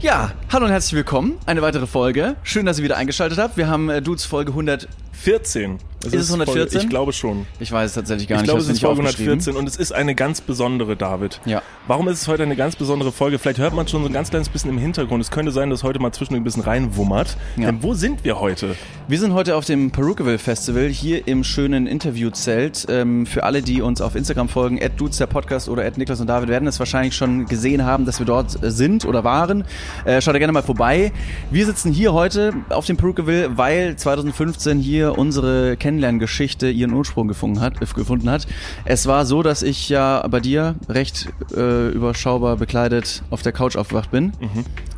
Ja, hallo und herzlich willkommen. Eine weitere Folge. Schön, dass ihr wieder eingeschaltet habt. Wir haben äh, Dudes Folge 100. 14. Ist es 114? Folge, ich glaube schon. Ich weiß es tatsächlich gar Ich nicht. glaube, hab's es ist nicht Folge aufgeschrieben. 114 und es ist eine ganz besondere, David. Ja. Warum ist es heute eine ganz besondere Folge? Vielleicht hört man schon so ein ganz kleines bisschen im Hintergrund. Es könnte sein, dass heute mal zwischendurch ein bisschen reinwummert. Ja. Denn wo sind wir heute? Wir sind heute auf dem Perukaville Festival hier im schönen Interviewzelt. Ähm, für alle, die uns auf Instagram folgen, dudes der Podcast oder Niklas und David, werden es wahrscheinlich schon gesehen haben, dass wir dort äh, sind oder waren. Äh, schaut da gerne mal vorbei. Wir sitzen hier heute auf dem Perukaville, weil 2015 hier unsere Kennenlerngeschichte ihren Ursprung gefunden hat, äh, gefunden hat. Es war so, dass ich ja bei dir recht äh, überschaubar bekleidet auf der Couch aufgewacht bin.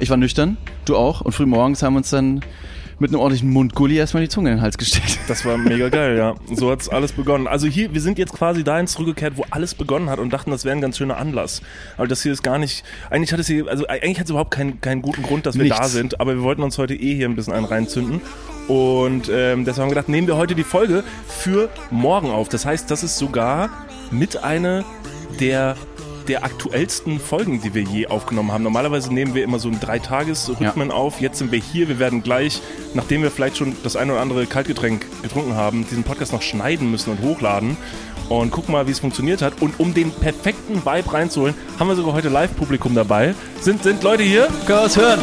Ich war nüchtern, du auch. Und früh morgens haben wir uns dann mit einem ordentlichen Mundgulli erstmal die Zunge in den Hals gesteckt. Das war mega geil, ja. So hat's alles begonnen. Also hier, wir sind jetzt quasi dahin zurückgekehrt, wo alles begonnen hat und dachten, das wäre ein ganz schöner Anlass. Aber das hier ist gar nicht. Eigentlich hat es hier, also eigentlich hat es überhaupt keinen, keinen guten Grund, dass wir Nichts. da sind, aber wir wollten uns heute eh hier ein bisschen einen reinzünden. Und ähm, deshalb haben wir gedacht, nehmen wir heute die Folge für morgen auf. Das heißt, das ist sogar mit einer der der aktuellsten Folgen, die wir je aufgenommen haben. Normalerweise nehmen wir immer so einen Drei-Tages-Rhythmen auf. Jetzt sind wir hier. Wir werden gleich, nachdem wir vielleicht schon das ein oder andere Kaltgetränk getrunken haben, diesen Podcast noch schneiden müssen und hochladen. Und gucken mal, wie es funktioniert hat. Und um den perfekten Vibe reinzuholen, haben wir sogar heute Live-Publikum dabei. Sind, sind Leute hier? Können wir was hören?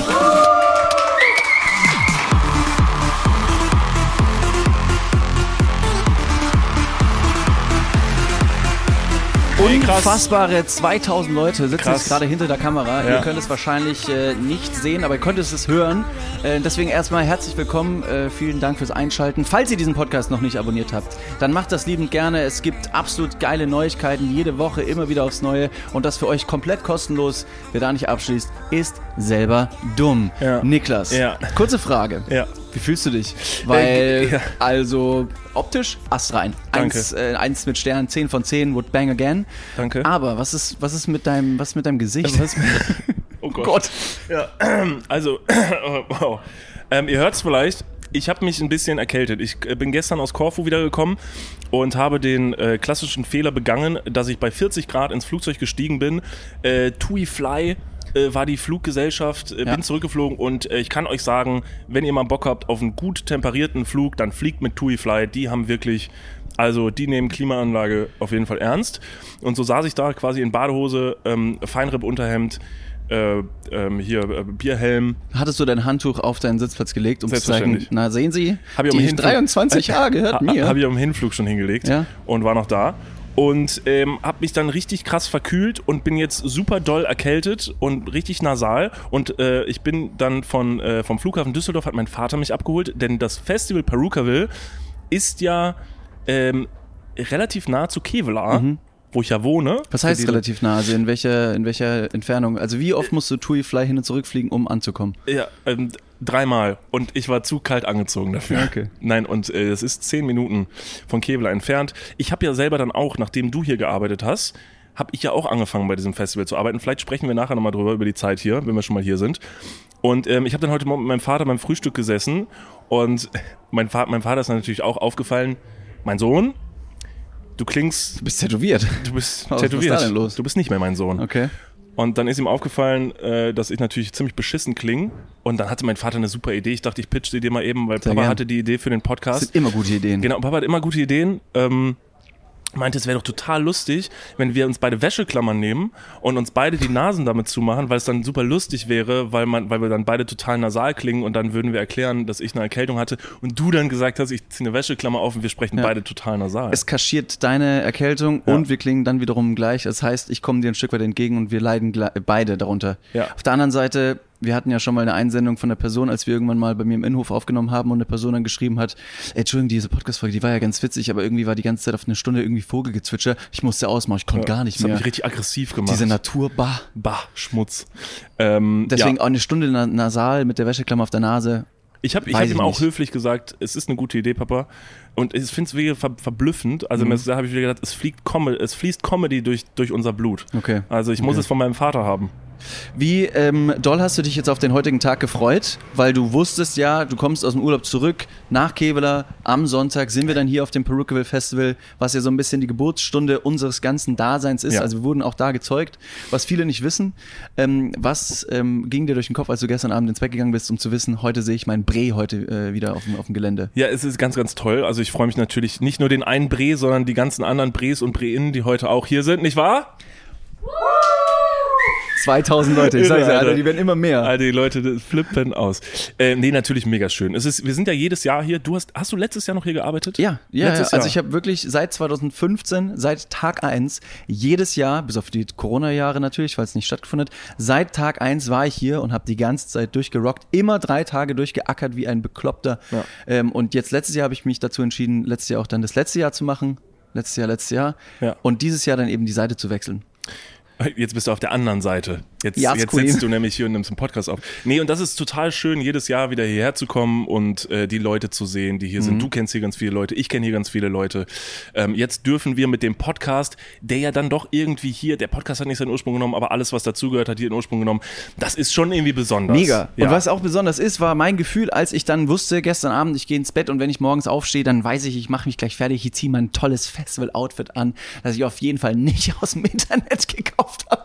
Ey, krass. Unfassbare 2000 Leute sitzen Krass. jetzt gerade hinter der Kamera. Ja. Ihr könnt es wahrscheinlich äh, nicht sehen, aber ihr könnt es hören. Äh, deswegen erstmal herzlich willkommen. Äh, vielen Dank fürs Einschalten. Falls ihr diesen Podcast noch nicht abonniert habt, dann macht das liebend gerne. Es gibt absolut geile Neuigkeiten jede Woche, immer wieder aufs Neue. Und das für euch komplett kostenlos. Wer da nicht abschließt, ist selber dumm. Ja. Niklas, Ja. kurze Frage. Ja. Wie fühlst du dich? Weil, Äh, ja. also, optisch, Ast rein. Danke. Eins, äh, eins mit Stern, 10 von 10, would bang again. Danke. Aber was ist, was ist mit deinem, was ist mit deinem Gesicht? Was Oh oh Gott. Also, wow. Ähm, ihr hört es vielleicht. Ich habe mich ein bisschen erkältet. Ich äh, bin gestern aus Korfu wiedergekommen und habe den äh, klassischen Fehler begangen, dass ich bei 40 Grad ins Flugzeug gestiegen bin. Äh, Tui Fly äh, war die Fluggesellschaft, äh, Ja. bin zurückgeflogen und äh, ich kann euch sagen, wenn ihr mal Bock habt auf einen gut temperierten Flug, dann fliegt mit Tui Fly. Die haben wirklich also die nehmen Klimaanlage auf jeden Fall ernst. Und so saß ich da quasi in Badehose, ähm, Feinripp-Unterhemd, äh, ähm, hier äh, Bierhelm. Hattest du dein Handtuch auf deinen Sitzplatz gelegt, um zu zeigen, Selbstverständlich. na sehen Sie, Hab ich am die Hinflug- Äh, 23a gehört mir. Habe ich am Hinflug schon hingelegt Ja. und war noch da. Und ähm, habe mich dann richtig krass verkühlt und bin jetzt super doll erkältet und richtig nasal. Und äh, ich bin dann von, äh, vom Flughafen Düsseldorf, hat mein Vater mich abgeholt, denn das Festival Perukaville ist ja ähm, relativ nah zu Kevlar, wo ich ja wohne. Mhm. was Für heißt die- relativ nah? Also in welcher, in welcher Entfernung? Also wie Äh. oft musst du Tui Fly hin und zurückfliegen, um anzukommen? Ja, ähm, dreimal. Und ich war zu kalt angezogen dafür. Okay. Nein, und äh, es ist zehn Minuten von Kevlar entfernt. Ich habe ja selber dann auch, nachdem du hier gearbeitet hast, habe ich ja auch angefangen bei diesem Festival zu arbeiten. Vielleicht sprechen wir nachher nochmal drüber, über die Zeit hier, wenn wir schon mal hier sind. Und ähm, ich habe dann heute Morgen mit meinem Vater beim Frühstück gesessen und mein, Fa mein Vater ist dann natürlich auch aufgefallen, mein Sohn, du klingst, Du bist tätowiert. du bist Was- was ist da tätowiert. denn los? Du bist nicht mehr mein Sohn. Okay. Und dann ist ihm aufgefallen, äh, dass ich natürlich ziemlich beschissen klinge. Und dann hatte mein Vater eine super Idee. Ich dachte, ich pitch sie dir mal eben, weil Sehr Papa gern. hatte die Idee für den Das Podcast. sind immer gute Ideen. Genau, Papa hat immer gute Ideen. Ähm, meinte, es wäre doch total lustig, wenn wir uns beide Wäscheklammern nehmen und uns beide die Nasen damit zumachen, weil es dann super lustig wäre, weil, man, weil wir dann beide total nasal klingen und dann würden wir erklären, dass ich eine Erkältung hatte und du dann gesagt hast, ich ziehe eine Wäscheklammer auf und wir sprechen Ja. beide total nasal. Es kaschiert deine Erkältung Ja. und wir klingen dann wiederum gleich. Das heißt, ich komme dir ein Stück weit entgegen und wir leiden gle- beide darunter. Ja. Auf der anderen Seite, wir hatten ja schon mal eine Einsendung von der Person, als wir irgendwann mal bei mir im Innenhof aufgenommen haben und eine Person dann geschrieben hat, "Ey, Entschuldigung, diese Podcast-Folge, die war ja ganz witzig, aber irgendwie war die ganze Zeit auf eine Stunde irgendwie Vogelgezwitscher. Ich musste ausmachen, ich konnte gar nicht das hat mehr. mich richtig aggressiv gemacht. Diese Natur, bah. bah, Schmutz. Ähm, Deswegen ja. auch eine Stunde na- nasal mit der Wäscheklammer auf der Nase. Ich habe ich Weiß hab ich ihm auch nicht. höflich gesagt, es ist eine gute Idee, Papa. Und ich finde es wieder ver verblüffend. Mhm. Also mir ist- da habe ich wieder gedacht, es, fliegt Com es fließt Comedy durch, durch unser Blut. Okay. Also ich muss es von meinem Vater haben. Wie ähm, doll hast du dich jetzt auf den heutigen Tag gefreut? Weil du wusstest ja, du kommst aus dem Urlaub zurück, nach Keveler, am Sonntag sind wir dann hier auf dem Perukeville Festival, was ja so ein bisschen die Geburtsstunde unseres ganzen Daseins ist. Ja. Also wir wurden auch da gezeugt, was viele nicht wissen. Ähm, was ähm, ging dir durch den Kopf, als du gestern Abend ins Bett gegangen bist, um zu wissen, heute sehe ich meinen Bre heute äh, wieder auf dem, auf dem Gelände? Ja, es ist ganz, ganz toll. Also ich freue mich natürlich nicht nur den einen Bre, sondern die ganzen anderen Bres und Breinnen, die heute auch hier sind, nicht wahr? 2000 Leute, ich sag's dir, Irre, Alter, Alter. die werden immer mehr. All die Leute das flippen aus. Äh, nee, natürlich mega schön. Es ist, wir sind ja jedes Jahr hier. Du hast, hast du letztes Jahr noch hier gearbeitet? Ja, ja, ja. Letztes Jahr. also ich habe wirklich seit 2015, seit Tag 1, jedes Jahr, bis auf die Corona-Jahre natürlich, weil es nicht stattgefunden hat, seit Tag 1 war ich hier und habe die ganze Zeit durchgerockt, immer drei Tage durchgeackert wie ein Bekloppter. Ähm, und jetzt letztes Jahr habe ich mich dazu entschieden, letztes Jahr auch dann das letzte Jahr zu machen. Letztes Jahr, letztes Jahr. Ja. Und dieses Jahr dann eben die Seite zu wechseln. Jetzt bist du auf der anderen Seite. Jetzt, Yes, jetzt Queen. sitzt du nämlich hier und nimmst einen Podcast auf. Nee, und das ist total schön, jedes Jahr wieder hierher zu kommen und äh, die Leute zu sehen, die hier Mhm. sind. Du kennst hier ganz viele Leute, ich kenne hier ganz viele Leute. Ähm, jetzt dürfen wir mit dem Podcast, der ja dann doch irgendwie hier, der Podcast hat nicht seinen Ursprung genommen, aber alles, was dazugehört, hat hier den Ursprung genommen. Das ist schon irgendwie besonders. Mega. Ja. Und was auch besonders ist, war mein Gefühl, als ich dann wusste, gestern Abend, ich gehe ins Bett und wenn ich morgens aufstehe, dann weiß ich, ich mache mich gleich fertig, ich ziehe mein tolles Festival-Outfit an, das ich auf jeden Fall nicht aus dem Internet gekauft habe.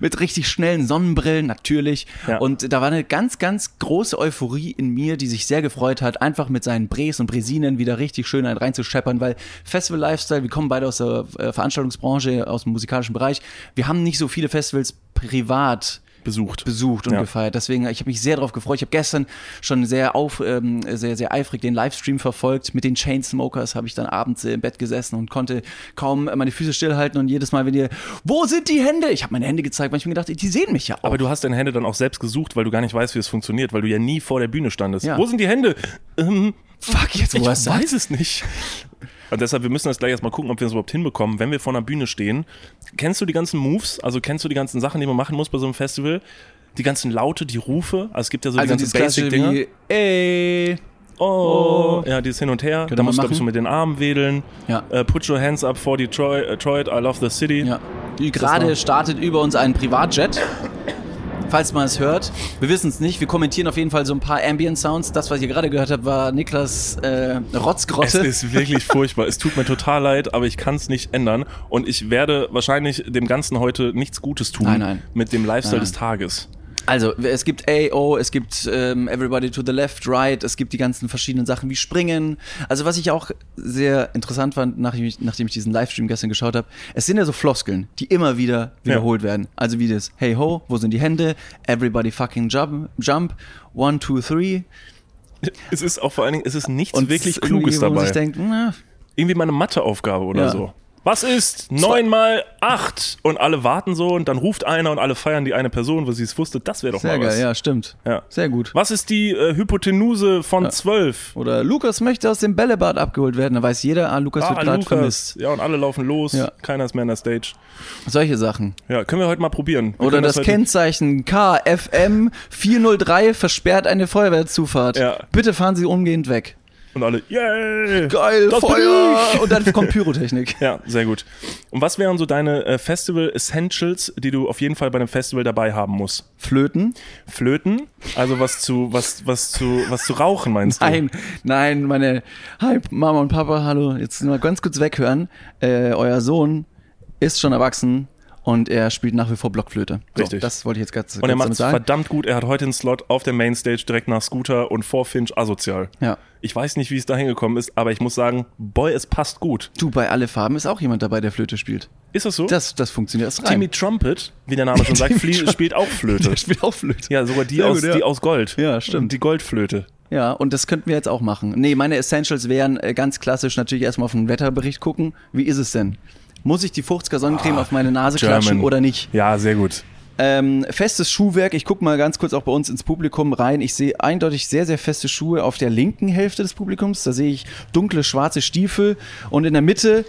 Mit richtig schnellen Sonnenbrillen, natürlich. Ja. Und da war eine ganz, ganz große Euphorie in mir, die sich sehr gefreut hat, einfach mit seinen Bres und Bresinen wieder richtig schön einen reinzuscheppern, weil Festival-Lifestyle, wir kommen beide aus der äh, Veranstaltungsbranche, aus dem musikalischen Bereich, wir haben nicht so viele Festivals privat besucht. besucht und Ja. gefeiert. Deswegen, ich habe mich sehr darauf gefreut. Ich habe gestern schon sehr auf, ähm, sehr, sehr eifrig den Livestream verfolgt. Mit den Chainsmokers habe ich dann abends äh, im Bett gesessen und konnte kaum äh, meine Füße stillhalten. Und jedes Mal, wenn ihr, wo sind die Hände? Ich habe meine Hände gezeigt, weil ich mir gedacht, die sehen mich ja auch. Aber du hast deine Hände dann auch selbst gesucht, weil du gar nicht weißt, wie es funktioniert, weil du ja nie vor der Bühne standest. Ja. Wo sind die Hände? Ähm, fuck, jetzt Ich wo hast du weiß es nicht. Und deshalb, wir müssen das gleich erstmal gucken, ob wir es überhaupt hinbekommen, wenn wir vor einer Bühne stehen. Kennst du die ganzen Moves? Also kennst du die ganzen Sachen, die man machen muss bei so einem Festival? Die ganzen Laute, die Rufe? Also es gibt ja so Also die dieses ganzen klassische Basic-Dinger. wie, ey. Oh, ja, dieses Hin und Her. Da man musst, Genau, du, machen. musst du mit den Armen wedeln. Ja. Äh, put your hands up for Detroit, Detroit I love the city. Ja. Die gerade war- startet über uns ein Privatjet. Falls man es hört. Wir wissen es nicht. Wir kommentieren auf jeden Fall so ein paar Ambient-Sounds. Das, was ihr gerade gehört habt, war Niklas äh, Es Rotzgrotte. ist wirklich furchtbar. Es tut mir total leid, aber ich kann es nicht ändern. Und ich werde wahrscheinlich dem Ganzen heute nichts Gutes tun Nein, nein. mit dem Lifestyle Nein, des Tages. Also, es gibt AO, es gibt ähm, Everybody to the Left, Right, es gibt die ganzen verschiedenen Sachen wie Springen. Also, was ich auch sehr interessant fand, nachdem ich, nachdem ich diesen Livestream gestern geschaut habe, es sind ja so Floskeln, die immer wieder wiederholt werden. Also wie das Hey ho, wo sind die Hände? Everybody fucking jump, jump, one, two, three. Es ist auch vor allen Dingen, es ist nichts Und es wirklich ist irgendwie, Kluges wo man dabei. sich denkt, na, irgendwie meine Matheaufgabe oder Ja. so. Was ist neun mal acht? Und alle warten so und dann ruft einer und alle feiern die eine Person, weil sie es wusste. Das wäre doch sehr mal was. geil, ja, stimmt. Ja. Sehr gut. Was ist die äh, Hypotenuse von zwölf? Oder Lukas möchte aus dem Bällebad abgeholt werden. Da weiß jeder, ah, Lukas wird Ah, gerade Lukas. vermisst. Ja, und alle laufen los. Ja. Keiner ist mehr an der Stage. Solche Sachen. Ja, können wir heute mal probieren. Wir Oder können das, heute- Kennzeichen KFM 403 versperrt eine Feuerwehrzufahrt. Ja. Bitte fahren Sie umgehend weg. Und alle, yay! Geil, das bin ich! Feuer! Und dann kommt Pyrotechnik. Ja, sehr gut. Und was wären so deine äh, Festival Essentials, die du auf jeden Fall bei einem Festival dabei haben musst? Flöten? Flöten, also was zu was was zu was zu rauchen meinst du? Nein, nein, meine. Hi, Mama und Papa, hallo. Jetzt mal ganz kurz weghören. Äh, euer Sohn ist schon erwachsen und er spielt nach wie vor Blockflöte. So, Richtig. Das wollte ich jetzt ganz Und er macht kurz es sagen. verdammt gut. Er hat heute einen Slot auf der Mainstage direkt nach Scooter und vor Finch asozial. Ja. Ich weiß nicht, wie es da hingekommen ist, aber ich muss sagen, boy, es passt gut. Du, bei alle Farben ist auch jemand dabei, der Flöte spielt. Ist das so? Das, das funktioniert. Das Timmy reimt. Trumpet, wie der Name schon sagt, Timmy flie- Trumpet. spielt auch Flöte. Der spielt auch Flöte. Ja, sogar die Sehr aus, gut, ja. die aus Gold. Ja, stimmt. Die Goldflöte. Ja, und das könnten wir jetzt auch machen. Nee, meine Essentials wären äh, ganz klassisch natürlich erstmal auf den Wetterbericht gucken. Wie ist es denn? Muss ich die 50er Sonnencreme auf meine Nase klatschen oder nicht? Ja, sehr gut. Ähm, festes Schuhwerk, ich guck mal ganz kurz auch bei uns ins Publikum rein. Ich sehe eindeutig sehr, sehr feste Schuhe auf der linken Hälfte des Publikums. Da sehe ich dunkle, schwarze Stiefel und in der Mitte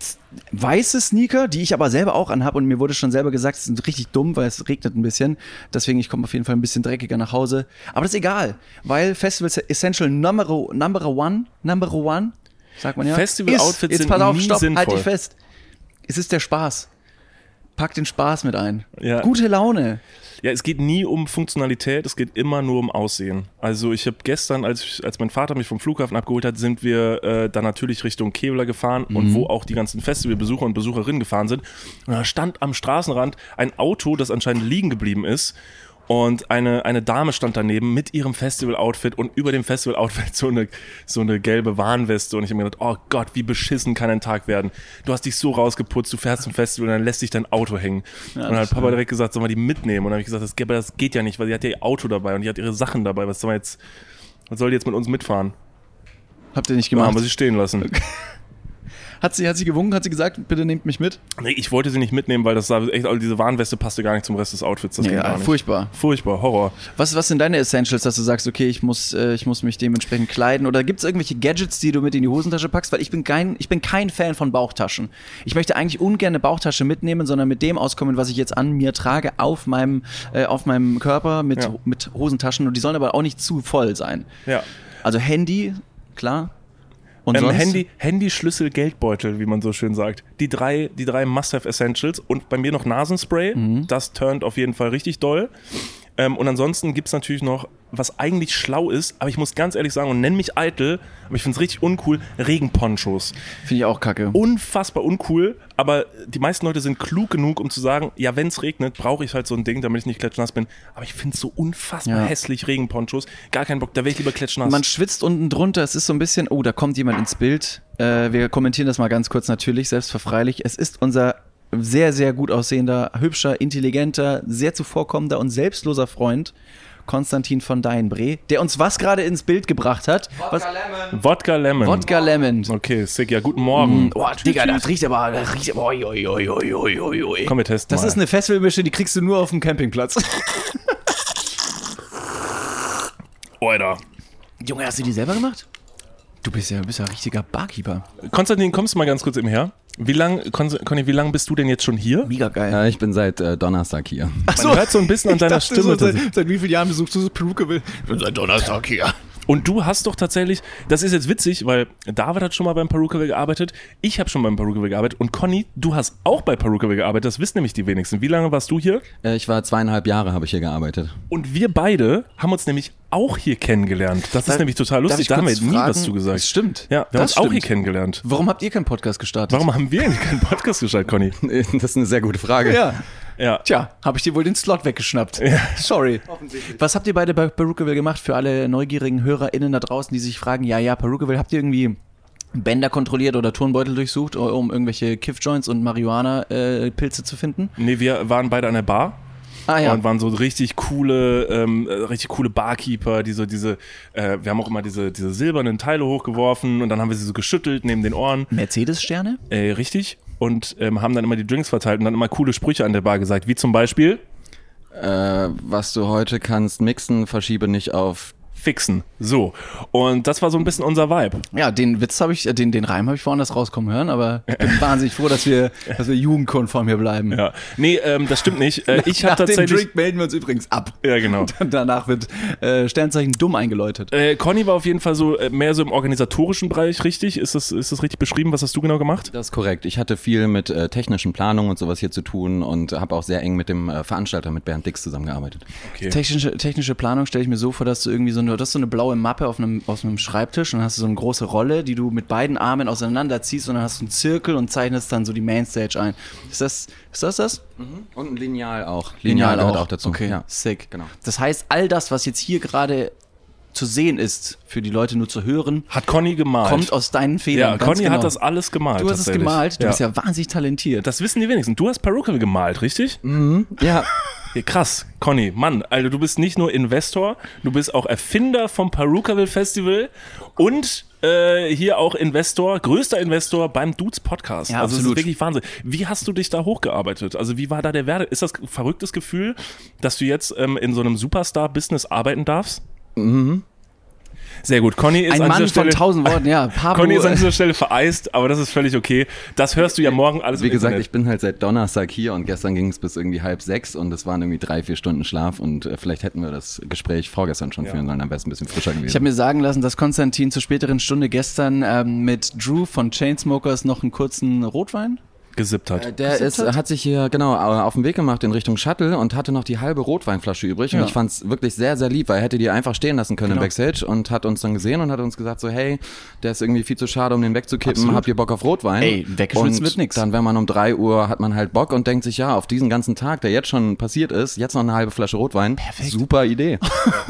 z- weiße Sneaker, die ich aber selber auch anhab und mir wurde schon selber gesagt, es sind richtig dumm, weil es regnet ein bisschen. Deswegen, ich komme auf jeden Fall ein bisschen dreckiger nach Hause. Aber das ist egal, weil Festival Essential Number, number One, Number One, sagt man ja. Festival-Outfits ist- jetzt sind pass auf, nie stopp, halt sinnvoll. dich fest. Es ist der Spaß. Pack den Spaß mit ein. Ja. Gute Laune. Ja, es geht nie um Funktionalität, es geht immer nur um Aussehen. Also ich habe gestern, als, ich, als mein Vater mich vom Flughafen abgeholt hat, sind wir äh, dann natürlich Richtung Kevlar gefahren und wo auch die ganzen Festivalbesucher und Besucherinnen gefahren sind. Und da stand am Straßenrand ein Auto, das anscheinend liegen geblieben ist. Und eine, eine Dame stand daneben mit ihrem Festival-Outfit und über dem Festival-Outfit so eine, so eine gelbe Warnweste. Und ich habe mir gedacht, oh Gott, wie beschissen kann ein Tag werden. Du hast dich so rausgeputzt, du fährst zum Festival und dann lässt sich dein Auto hängen. und dann hat das Papa direkt gesagt, soll man die mitnehmen? Und dann habe ich gesagt, das, geht- aber das geht ja nicht, weil sie hat ja ihr Auto dabei und die hat ihre Sachen dabei. Was soll man jetzt, was soll die jetzt mit uns mitfahren? Habt ihr nicht Ja, gemacht. haben wir sie stehen lassen. hat, sie, hat sie gewunken, hat sie gesagt, bitte nehmt mich mit? Nee, ich wollte sie nicht mitnehmen, weil das sah echt, also diese Warnweste passte gar nicht zum Rest des Outfits. Das ging gar Ja, nicht. furchtbar. Furchtbar, Horror. Was, was sind deine Essentials, dass du sagst, okay, ich muss, äh, ich muss mich dementsprechend kleiden? Oder gibt es irgendwelche Gadgets, die du mit in die Hosentasche packst? Weil ich bin kein, ich bin kein Fan von Bauchtaschen. Ich möchte eigentlich ungern eine Bauchtasche mitnehmen, sondern mit dem auskommen, was ich jetzt an mir trage, auf meinem, äh, auf meinem Körper mit, Ja. mit Hosentaschen. Und die sollen aber auch nicht zu voll sein. Ja. Also Handy, klar. Und Ähm, sonst? Handy, Handy, Schlüssel, Geldbeutel, wie man so schön sagt. Die drei, die drei Must-Have Essentials und bei mir noch Nasenspray. Mhm. Das turnt auf jeden Fall richtig doll. Ähm, und ansonsten gibt's natürlich noch, was eigentlich schlau ist, aber ich muss ganz ehrlich sagen und nenn mich eitel, aber ich find's richtig uncool, Regenponchos. Finde ich auch kacke. Unfassbar uncool, aber die meisten Leute sind klug genug, um zu sagen, ja, wenn's regnet, brauche ich halt so ein Ding, damit ich nicht klatschnass bin. Aber ich find's so unfassbar Ja. hässlich, Regenponchos. Gar keinen Bock, da wär ich lieber klatschnass. Man schwitzt unten drunter, es ist so ein bisschen, oh, da kommt jemand ins Bild. Äh, wir kommentieren das mal ganz kurz natürlich, selbstverfreilich. Es ist unser sehr, sehr gut aussehender, hübscher, intelligenter, sehr zuvorkommender und selbstloser Freund, Konstantin von Deinbree, der uns was gerade ins Bild gebracht hat? Was? Wodka Lemon. Wodka Lemon. Okay, sick, ja, guten Morgen. Oh, Digga, das riecht aber, das riecht aber, oi, oi, oi, oi, oi, oi, oi. Komm, wir testen Das mal. ist eine Fesselmische, die kriegst du nur auf dem Campingplatz. Alter. Junge, hast du die selber gemacht? Du bist ja, bist ja ein richtiger Barkeeper. Konstantin, kommst du mal ganz kurz eben her? Wie lang, Konst- Conny, wie lang bist du denn jetzt schon hier? Mega geil. Ja, ich bin seit äh, Donnerstag hier. Ach Man hört so ein bisschen an deiner dachte So, Stimme. dass- seit, seit wie vielen Jahren besuchst du Perukeville? Ich bin seit Donnerstag hier. Und du hast doch tatsächlich, das ist jetzt witzig, weil David hat schon mal beim Perukaville gearbeitet, ich habe schon beim Perukaville gearbeitet und Conny, du hast auch bei Perukaville gearbeitet, das wissen nämlich die wenigsten. Wie lange warst du hier? Äh, ich war zweieinhalb Jahre, habe ich hier gearbeitet. Und wir beide haben uns nämlich auch hier kennengelernt. Das ist nämlich total lustig, da haben wir nie was zu gesagt. Das stimmt. Ja, wir haben uns das auch hier kennengelernt. Warum habt ihr keinen Podcast gestartet? Warum haben wir eigentlich keinen Podcast geschaut, Conny? das ist eine sehr gute Frage. Ja. Ja. Tja, habe ich dir wohl den Slot weggeschnappt. Sorry. Was habt ihr beide bei Perukeville gemacht für alle neugierigen HörerInnen da draußen, die sich fragen, ja, ja, Perukeville, habt ihr irgendwie Bänder kontrolliert oder Turnbeutel durchsucht, um irgendwelche Kiff-Joints und Marihuana-Pilze zu finden? Nee, wir waren beide an der Bar. Ah ja. und waren so richtig coole, ähm, äh, richtig coole Barkeeper, die so diese, äh, wir haben auch immer diese, diese silbernen Teile hochgeworfen und dann haben wir sie so geschüttelt neben den Ohren, Mercedes-Sterne? äh, richtig, und ähm, haben dann immer die Drinks verteilt und dann immer coole Sprüche an der Bar gesagt, wie zum Beispiel Äh, was du heute kannst mixen, verschiebe nicht auf. fixen, so. Und das war so ein bisschen unser Vibe. Ja, den Witz habe ich, äh, den, den Reim habe ich woanders rauskommen hören, aber ich bin wahnsinnig froh, dass wir, dass wir jugendkonform hier bleiben. Ja, nee, ähm, das stimmt nicht. Äh, ich habe Nach dem tatsächlich, Drink melden wir uns übrigens ab. ja genau. Danach wird äh, Sternzeichen dumm eingeläutet. Äh, Conny war auf jeden Fall so äh, mehr so im organisatorischen Bereich, richtig? Ist das, ist das richtig beschrieben? Was hast du genau gemacht? Das ist korrekt. Ich hatte viel mit äh, technischen Planungen und sowas hier zu tun und habe auch sehr eng mit dem äh, Veranstalter, mit Bernd Dix, zusammengearbeitet. Okay. Technische, technische Planung stelle ich mir so vor, dass du irgendwie so eine, das ist so eine blaue Mappe auf einem, auf einem Schreibtisch und dann hast du so eine große Rolle, die du mit beiden Armen auseinanderziehst und dann hast du einen Zirkel und zeichnest dann so die Mainstage ein. Ist das ist das? das? Und ein Lineal auch. Mhm. Lineal, gehört auch. dazu. Okay, Ja. sick. Genau. Das heißt, all das, was jetzt hier gerade zu sehen ist, für die Leute nur zu hören, Hat Conny gemalt. kommt aus deinen Fehlern. ja, ganz Conny genau. hat das alles gemalt. Du hast es tatsächlich. gemalt, du bist ja wahnsinnig talentiert. Das wissen die wenigsten. Du hast Perukal gemalt, richtig? Mhm. Ja, Ja, krass, Conny, Mann, also du bist nicht nur Investor, du bist auch Erfinder vom Perukaville Festival und äh, hier auch Investor, größter Investor beim Dudes Podcast. Ja, also das ist absolut. wirklich Wahnsinn. Wie hast du dich da hochgearbeitet? Also wie war da der Werde? Ist das ein verrücktes Gefühl, dass du jetzt ähm, in so einem Superstar-Business arbeiten darfst? Mhm. Sehr gut, Conny ist Ein an Mann dieser Stelle, von tausend Worten, ja. Pablo, Conny ist an äh, dieser Stelle vereist, aber das ist völlig okay. Das hörst du ja morgen alles wie im gesagt, Internet. ich bin halt seit Donnerstag hier und gestern ging es bis irgendwie halb sechs und es waren irgendwie drei, vier Stunden Schlaf und äh, vielleicht hätten wir das Gespräch vorgestern schon führen sollen, dann wäre es ein bisschen frischer gewesen. Ich habe mir sagen lassen, dass Konstantin zur späteren Stunde gestern ähm, mit Drew von Chainsmokers noch einen kurzen Rotwein gesippt hat. Äh, Der ist, hat? hat sich hier genau äh, auf den Weg gemacht in Richtung Shuttle und hatte noch die halbe Rotweinflasche übrig. Ja. Genau. Und ich fand's wirklich sehr, sehr lieb, weil er hätte die einfach stehen lassen können im Backstage und hat uns dann gesehen und hat uns gesagt so, hey, der ist irgendwie viel zu schade, um den wegzukippen. Habt ihr Bock auf Rotwein? Ey, weggeschmissen und wird nix. Dann, wenn man um drei Uhr hat man halt Bock und denkt sich, ja, auf diesen ganzen Tag, der jetzt schon passiert ist, jetzt noch eine halbe Flasche Rotwein. Perfekt. Super Idee.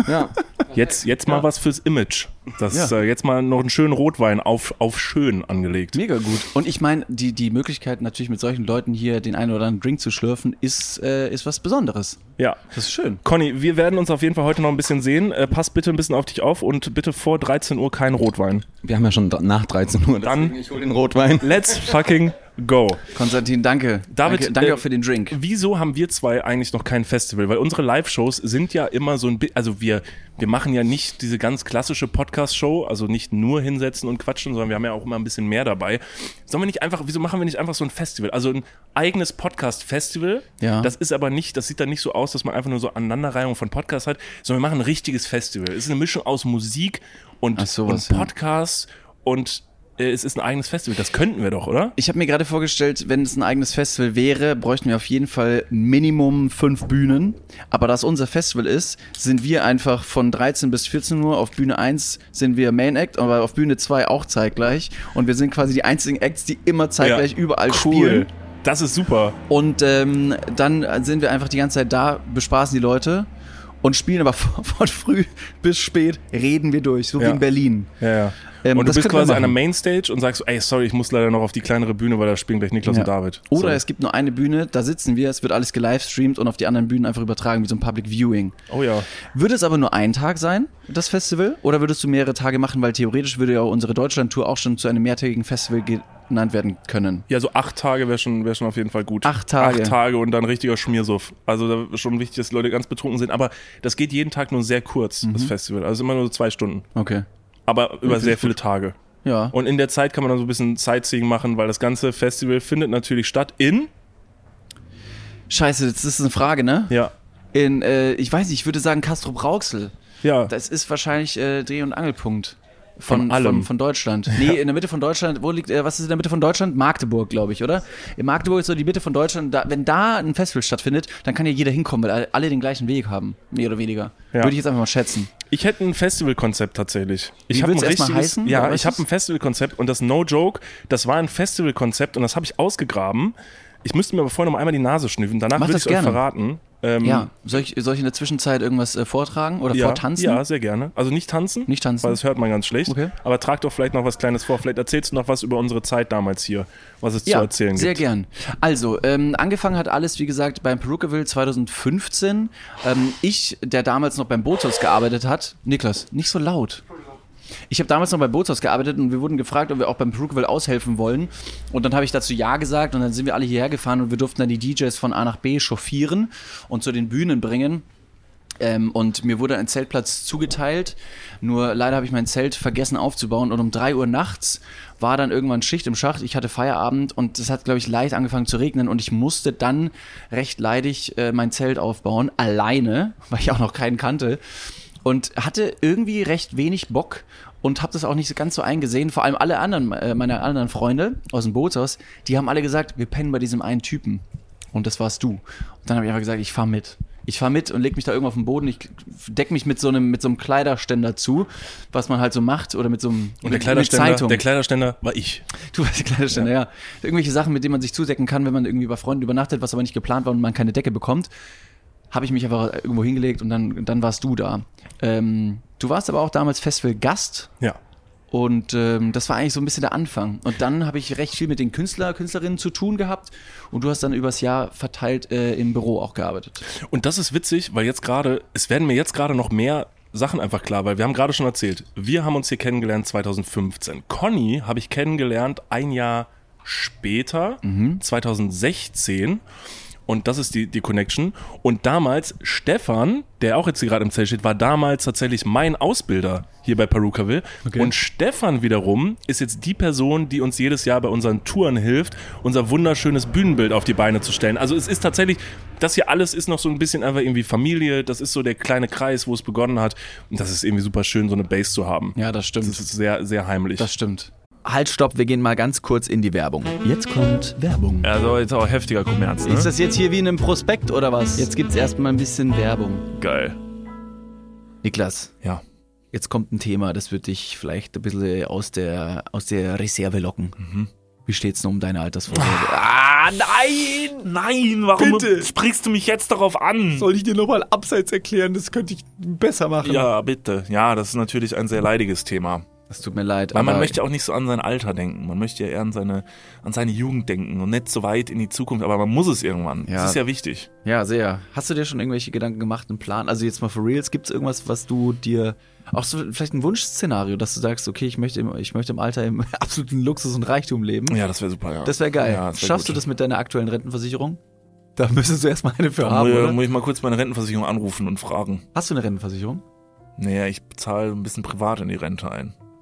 ja. Jetzt, jetzt mal was fürs Image. Das, Ja. äh, jetzt mal noch einen schönen Rotwein auf, auf schön angelegt. Mega gut. Und ich meine, die, die Möglichkeit natürlich mit solchen Leuten hier den einen oder anderen Drink zu schlürfen, ist, äh, ist was Besonderes. Ja. Das ist schön. Conny, wir werden uns auf jeden Fall heute noch ein bisschen sehen. Äh, pass bitte ein bisschen auf dich auf und bitte vor 13 Uhr kein Rotwein. Wir haben ja schon dr- nach 13 Uhr. Dann- deswegen, ich hol den Rotwein. Let's fucking go. Konstantin, danke. David, danke, danke äh, auch für den Drink. Wieso haben wir zwei eigentlich noch kein Festival? Weil unsere Live-Shows sind ja immer so ein bisschen, also wir, wir machen ja nicht diese ganz klassische Podcast-Show, also nicht nur hinsetzen und quatschen, sondern wir haben ja auch immer ein bisschen mehr dabei. Sollen wir nicht einfach, wieso machen wir nicht einfach so ein Festival? Also ein eigenes Podcast-Festival. Ja. Das ist aber nicht, das sieht dann nicht so aus, dass man einfach nur so Aneinanderreihung von Podcasts hat, sondern wir machen ein richtiges Festival. Es ist eine Mischung aus Musik und, Ach, sowas, und ja. Podcasts und äh, es ist ein eigenes Festival. Das könnten wir doch, oder? Ich habe mir gerade vorgestellt, wenn es ein eigenes Festival wäre, bräuchten wir auf jeden Fall Minimum fünf Bühnen. Aber da es unser Festival ist, sind wir einfach von 13 bis 14 Uhr. Auf Bühne 1 sind wir Main Act, aber auf Bühne 2 auch zeitgleich. Und wir sind quasi die einzigen Acts, die immer zeitgleich überall spielen. Das ist super. Und ähm, dann sind wir einfach die ganze Zeit da, bespaßen die Leute und spielen aber von, von früh bis spät, reden wir durch, so Ja. wie in Berlin. Ja, ja. Ähm, und du das bist können wir quasi an der machen. Mainstage und sagst, so, ey, sorry, ich muss leider noch auf die kleinere Bühne, weil da spielen gleich Niklas Ja. und David. Oder sorry. es gibt nur eine Bühne, da sitzen wir, es wird alles gelivestreamt und auf die anderen Bühnen einfach übertragen, wie so ein Public Viewing. Oh ja. Würde es aber nur ein Tag sein, das Festival? Oder würdest du mehrere Tage machen, weil theoretisch würde ja unsere Deutschland-Tour auch schon zu einem mehrtägigen Festival genannt werden können? Ja, so acht Tage wäre schon, wär schon auf jeden Fall gut. Acht Tage. Acht Tage und dann richtiger Schmiersuff. Also da schon wichtig, dass die Leute ganz betrunken sind. Aber das geht jeden Tag nur sehr kurz, das Mhm. Festival. Also immer nur so zwei Stunden. Okay. Aber über sehr viele Tage. Ja. Und in der Zeit kann man dann so ein bisschen Sightseeing machen, weil das ganze Festival findet natürlich statt in. Scheiße, das ist eine Frage, ne? Ja. In, äh, ich weiß nicht, ich würde sagen Castrop Rauxel. Ja. Das ist wahrscheinlich äh, Dreh- und Angelpunkt. Von, Von allem. Von, von Deutschland. Nee, in der Mitte von Deutschland, wo liegt, äh, was ist in der Mitte von Deutschland? Magdeburg, glaube ich, oder? In Magdeburg ist so die Mitte von Deutschland. Da, wenn da ein Festival stattfindet, dann kann ja jeder hinkommen, weil alle- alle den gleichen Weg haben. Mehr oder weniger. Ja. Würde ich jetzt einfach mal schätzen. Ich hätte ein Festivalkonzept tatsächlich. Ich Wie hab würd's ein erstmal richtiges- heißen? Ja, Oder was ich habe ist- ein Festivalkonzept und das No Joke, das war ein Festivalkonzept und das habe ich ausgegraben. Ich müsste mir aber vorher noch einmal die Nase schnüffeln. Danach Mach würde das ich euch gerne. verraten. Ähm, Ja. Hm. Soll ich, soll ich in der Zwischenzeit irgendwas äh, vortragen oder Ja, vortanzen? ja, sehr gerne. Also nicht tanzen, Nicht tanzen. weil das hört man ganz schlecht. Okay. Aber trag doch vielleicht noch was Kleines vor. Vielleicht erzählst du noch was über unsere Zeit damals hier, was es zu erzählen sehr gibt. gern. Also, ähm, angefangen hat alles, wie gesagt, beim Perukaville 2015. Ähm, ich, der damals noch beim Botos gearbeitet hat, Niklas, nicht so laut. Ich habe damals noch bei Bootshaus gearbeitet und wir wurden gefragt, ob wir auch beim Perukaville aushelfen wollen. Und dann habe ich dazu Ja gesagt und dann sind wir alle hierher gefahren und wir durften dann die DJs von A nach B chauffieren und zu den Bühnen bringen. Ähm, und mir wurde ein Zeltplatz zugeteilt. Nur leider habe ich mein Zelt vergessen aufzubauen und um 3 Uhr nachts war dann irgendwann Schicht im Schacht. Ich hatte Feierabend und es hat, glaube ich, leicht angefangen zu regnen und ich musste dann recht leidig äh, mein Zelt aufbauen, alleine, weil ich auch noch keinen kannte. Und hatte irgendwie recht wenig Bock und habe das auch nicht so ganz so eingesehen. Vor allem alle anderen, äh, meine anderen Freunde aus dem Bootshaus, die haben alle gesagt, wir pennen bei diesem einen Typen. Und das warst du. Und dann habe ich einfach gesagt, ich fahre mit. Ich fahre mit und leg mich da irgendwo auf den Boden. Ich deck mich mit so einem, mit so einem Kleiderständer zu, was man halt so macht. Oder mit so einem Und der mit, mit Kleiderständer, Zeitung. der Kleiderständer war ich. du weißt, der Kleiderständer, ja. Irgendwelche Sachen, mit denen man sich zudecken kann, wenn man irgendwie bei Freunden übernachtet, was aber nicht geplant war und man keine Decke bekommt. Habe ich mich einfach irgendwo hingelegt und dann, dann warst du da. Ähm, du warst aber auch damals Festival-Gast. Ja. Und ähm, das war eigentlich so ein bisschen der Anfang. Und dann habe ich recht viel mit den Künstler, Künstlerinnen zu tun gehabt. Und du hast dann übers Jahr verteilt äh, im Büro auch gearbeitet. Und das ist witzig, weil jetzt gerade, es werden mir jetzt gerade noch mehr Sachen einfach klar, weil wir haben gerade schon erzählt, wir haben uns hier kennengelernt 2015. Conny habe ich kennengelernt ein Jahr später, 2016. Und das ist die, die Connection. Und damals, Stefan, der auch jetzt hier gerade im Zelt steht, war damals tatsächlich mein Ausbilder hier bei Perukaville. Und Stefan wiederum ist jetzt die Person, die uns jedes Jahr bei unseren Touren hilft, unser wunderschönes Bühnenbild auf die Beine zu stellen. Also es ist tatsächlich, das hier alles ist noch so ein bisschen einfach irgendwie Familie. Das ist so der kleine Kreis, wo es begonnen hat. Und das ist irgendwie super schön, so eine Base zu haben. Ja, das stimmt. Das ist sehr, sehr heimlich. Das stimmt. Halt, stopp, wir gehen mal ganz kurz in die Werbung. Hm? Jetzt kommt Werbung. Also jetzt auch heftiger Kommerz, ne? Ist das jetzt hier wie in einem Prospekt oder was? Jetzt gibt's erstmal ein bisschen Werbung. geil? Niklas, Ja. jetzt kommt ein Thema, das wird dich vielleicht ein bisschen äh, aus der, aus der Reserve locken. Wie steht's denn um deine Altersvorsorge? Ah, nein! Nein, warum Bitte! sprichst du mich jetzt darauf an? Soll ich dir nochmal abseits erklären? Das könnte ich besser machen. Ja, bitte. Ja, das ist natürlich ein sehr leidiges Thema. Das tut mir leid. Weil man aber- möchte auch nicht so an sein Alter denken. Man möchte ja eher an seine, an seine Jugend denken und nicht so weit in die Zukunft. Aber man muss es irgendwann. Ja. Das ist ja wichtig. Ja, sehr. Hast du dir schon irgendwelche Gedanken gemacht, einen Plan? Also jetzt mal for reals, gibt's irgendwas, was du dir, auch so vielleicht ein Wunschszenario, dass du sagst, okay, ich möchte im, ich möchte im Alter im absoluten Luxus und Reichtum leben? Ja, das wäre super, ja. Das wäre geil. Ja, das wär Schaffst gut. du das mit deiner aktuellen Rentenversicherung? Da müsstest du erstmal eine für Da haben, muss, oder? muss ich mal kurz meine Rentenversicherung anrufen und fragen. Hast du eine Rentenversicherung? Naja, ich bezahle ein bisschen privat in die Rente ein.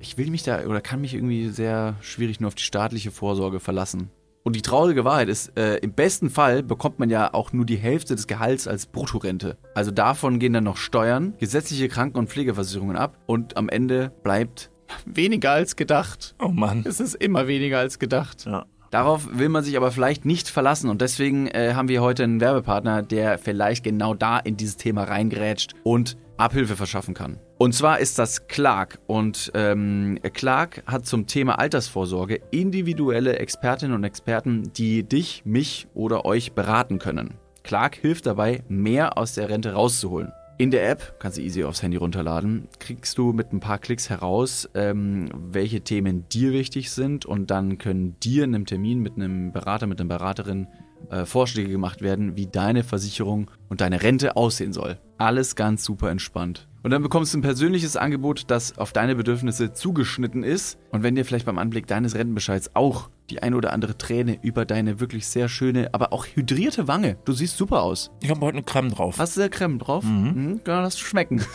Ich will mich da oder kann mich irgendwie sehr schwierig nur auf die staatliche Vorsorge verlassen. Und die traurige Wahrheit ist, äh, im besten Fall bekommt man ja auch nur die Hälfte des Gehalts als Bruttorente. Also davon gehen dann noch Steuern, gesetzliche Kranken- und Pflegeversicherungen ab und am Ende bleibt weniger als gedacht. Oh Mann. Es ist immer weniger als gedacht. Ja. Darauf will man sich aber vielleicht nicht verlassen und deswegen äh, haben wir heute einen Werbepartner, der vielleicht genau da in dieses Thema reingrätscht und Abhilfe verschaffen kann. Und zwar ist das Clark und ähm, Clark hat zum Thema Altersvorsorge individuelle Expertinnen und Experten, die dich, mich oder euch beraten können. Clark hilft dabei, mehr aus der Rente rauszuholen. In der App, kannst du easy aufs Handy runterladen, kriegst du mit ein paar Klicks heraus, ähm, welche Themen dir wichtig sind und dann können dir in einem Termin mit einem Berater, mit einer Beraterin äh, Vorschläge gemacht werden, wie deine Versicherung und deine Rente aussehen soll. Alles ganz super entspannt. Und dann bekommst du ein persönliches Angebot, das auf deine Bedürfnisse zugeschnitten ist. Und wenn dir vielleicht beim Anblick deines Rentenbescheids auch die ein oder andere Träne über deine wirklich sehr schöne, aber auch hydrierte Wange, du siehst super aus, Ich habe heute eine Creme drauf. Hast du da Creme drauf? Mhm. Kann das schmecken.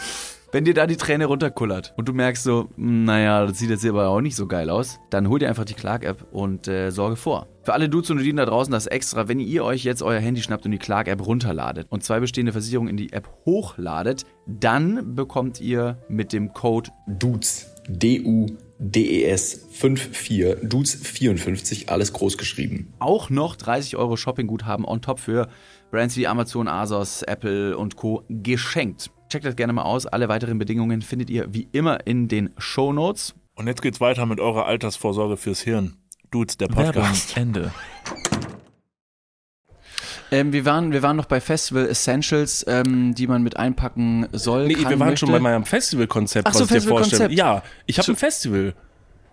Wenn dir da die Träne runterkullert und du merkst so, "Mh, naja, das sieht jetzt hier aber auch nicht so geil aus, dann hol dir einfach die Clark-App und äh, sorge vor. Für alle Dudes und Dudinen da draußen das extra, wenn ihr euch jetzt euer Handy schnappt und die Clark-App runterladet und zwei bestehende Versicherungen in die App hochladet, dann bekommt ihr mit dem Code Dudes, D-U-D-E-S 54, Dudes 54, alles groß geschrieben. auch noch 30 Euro Shoppingguthaben on top für Brands wie Amazon, Asos, Apple und Co. geschenkt. Checkt das gerne mal aus. Alle weiteren Bedingungen findet ihr wie immer in den Show Notes. Und jetzt geht's weiter mit eurer Altersvorsorge fürs Hirn. Dudes, der Podcast. Ende. Ähm, wir, waren, wir waren noch bei Festival Essentials, ähm, die man mit einpacken soll. Nee, kann, wir waren möchte. schon bei meinem Festivalkonzept, Ach so, was ich dir vorstelle. Festivalkonzept. Ja, ich habe ein Festival.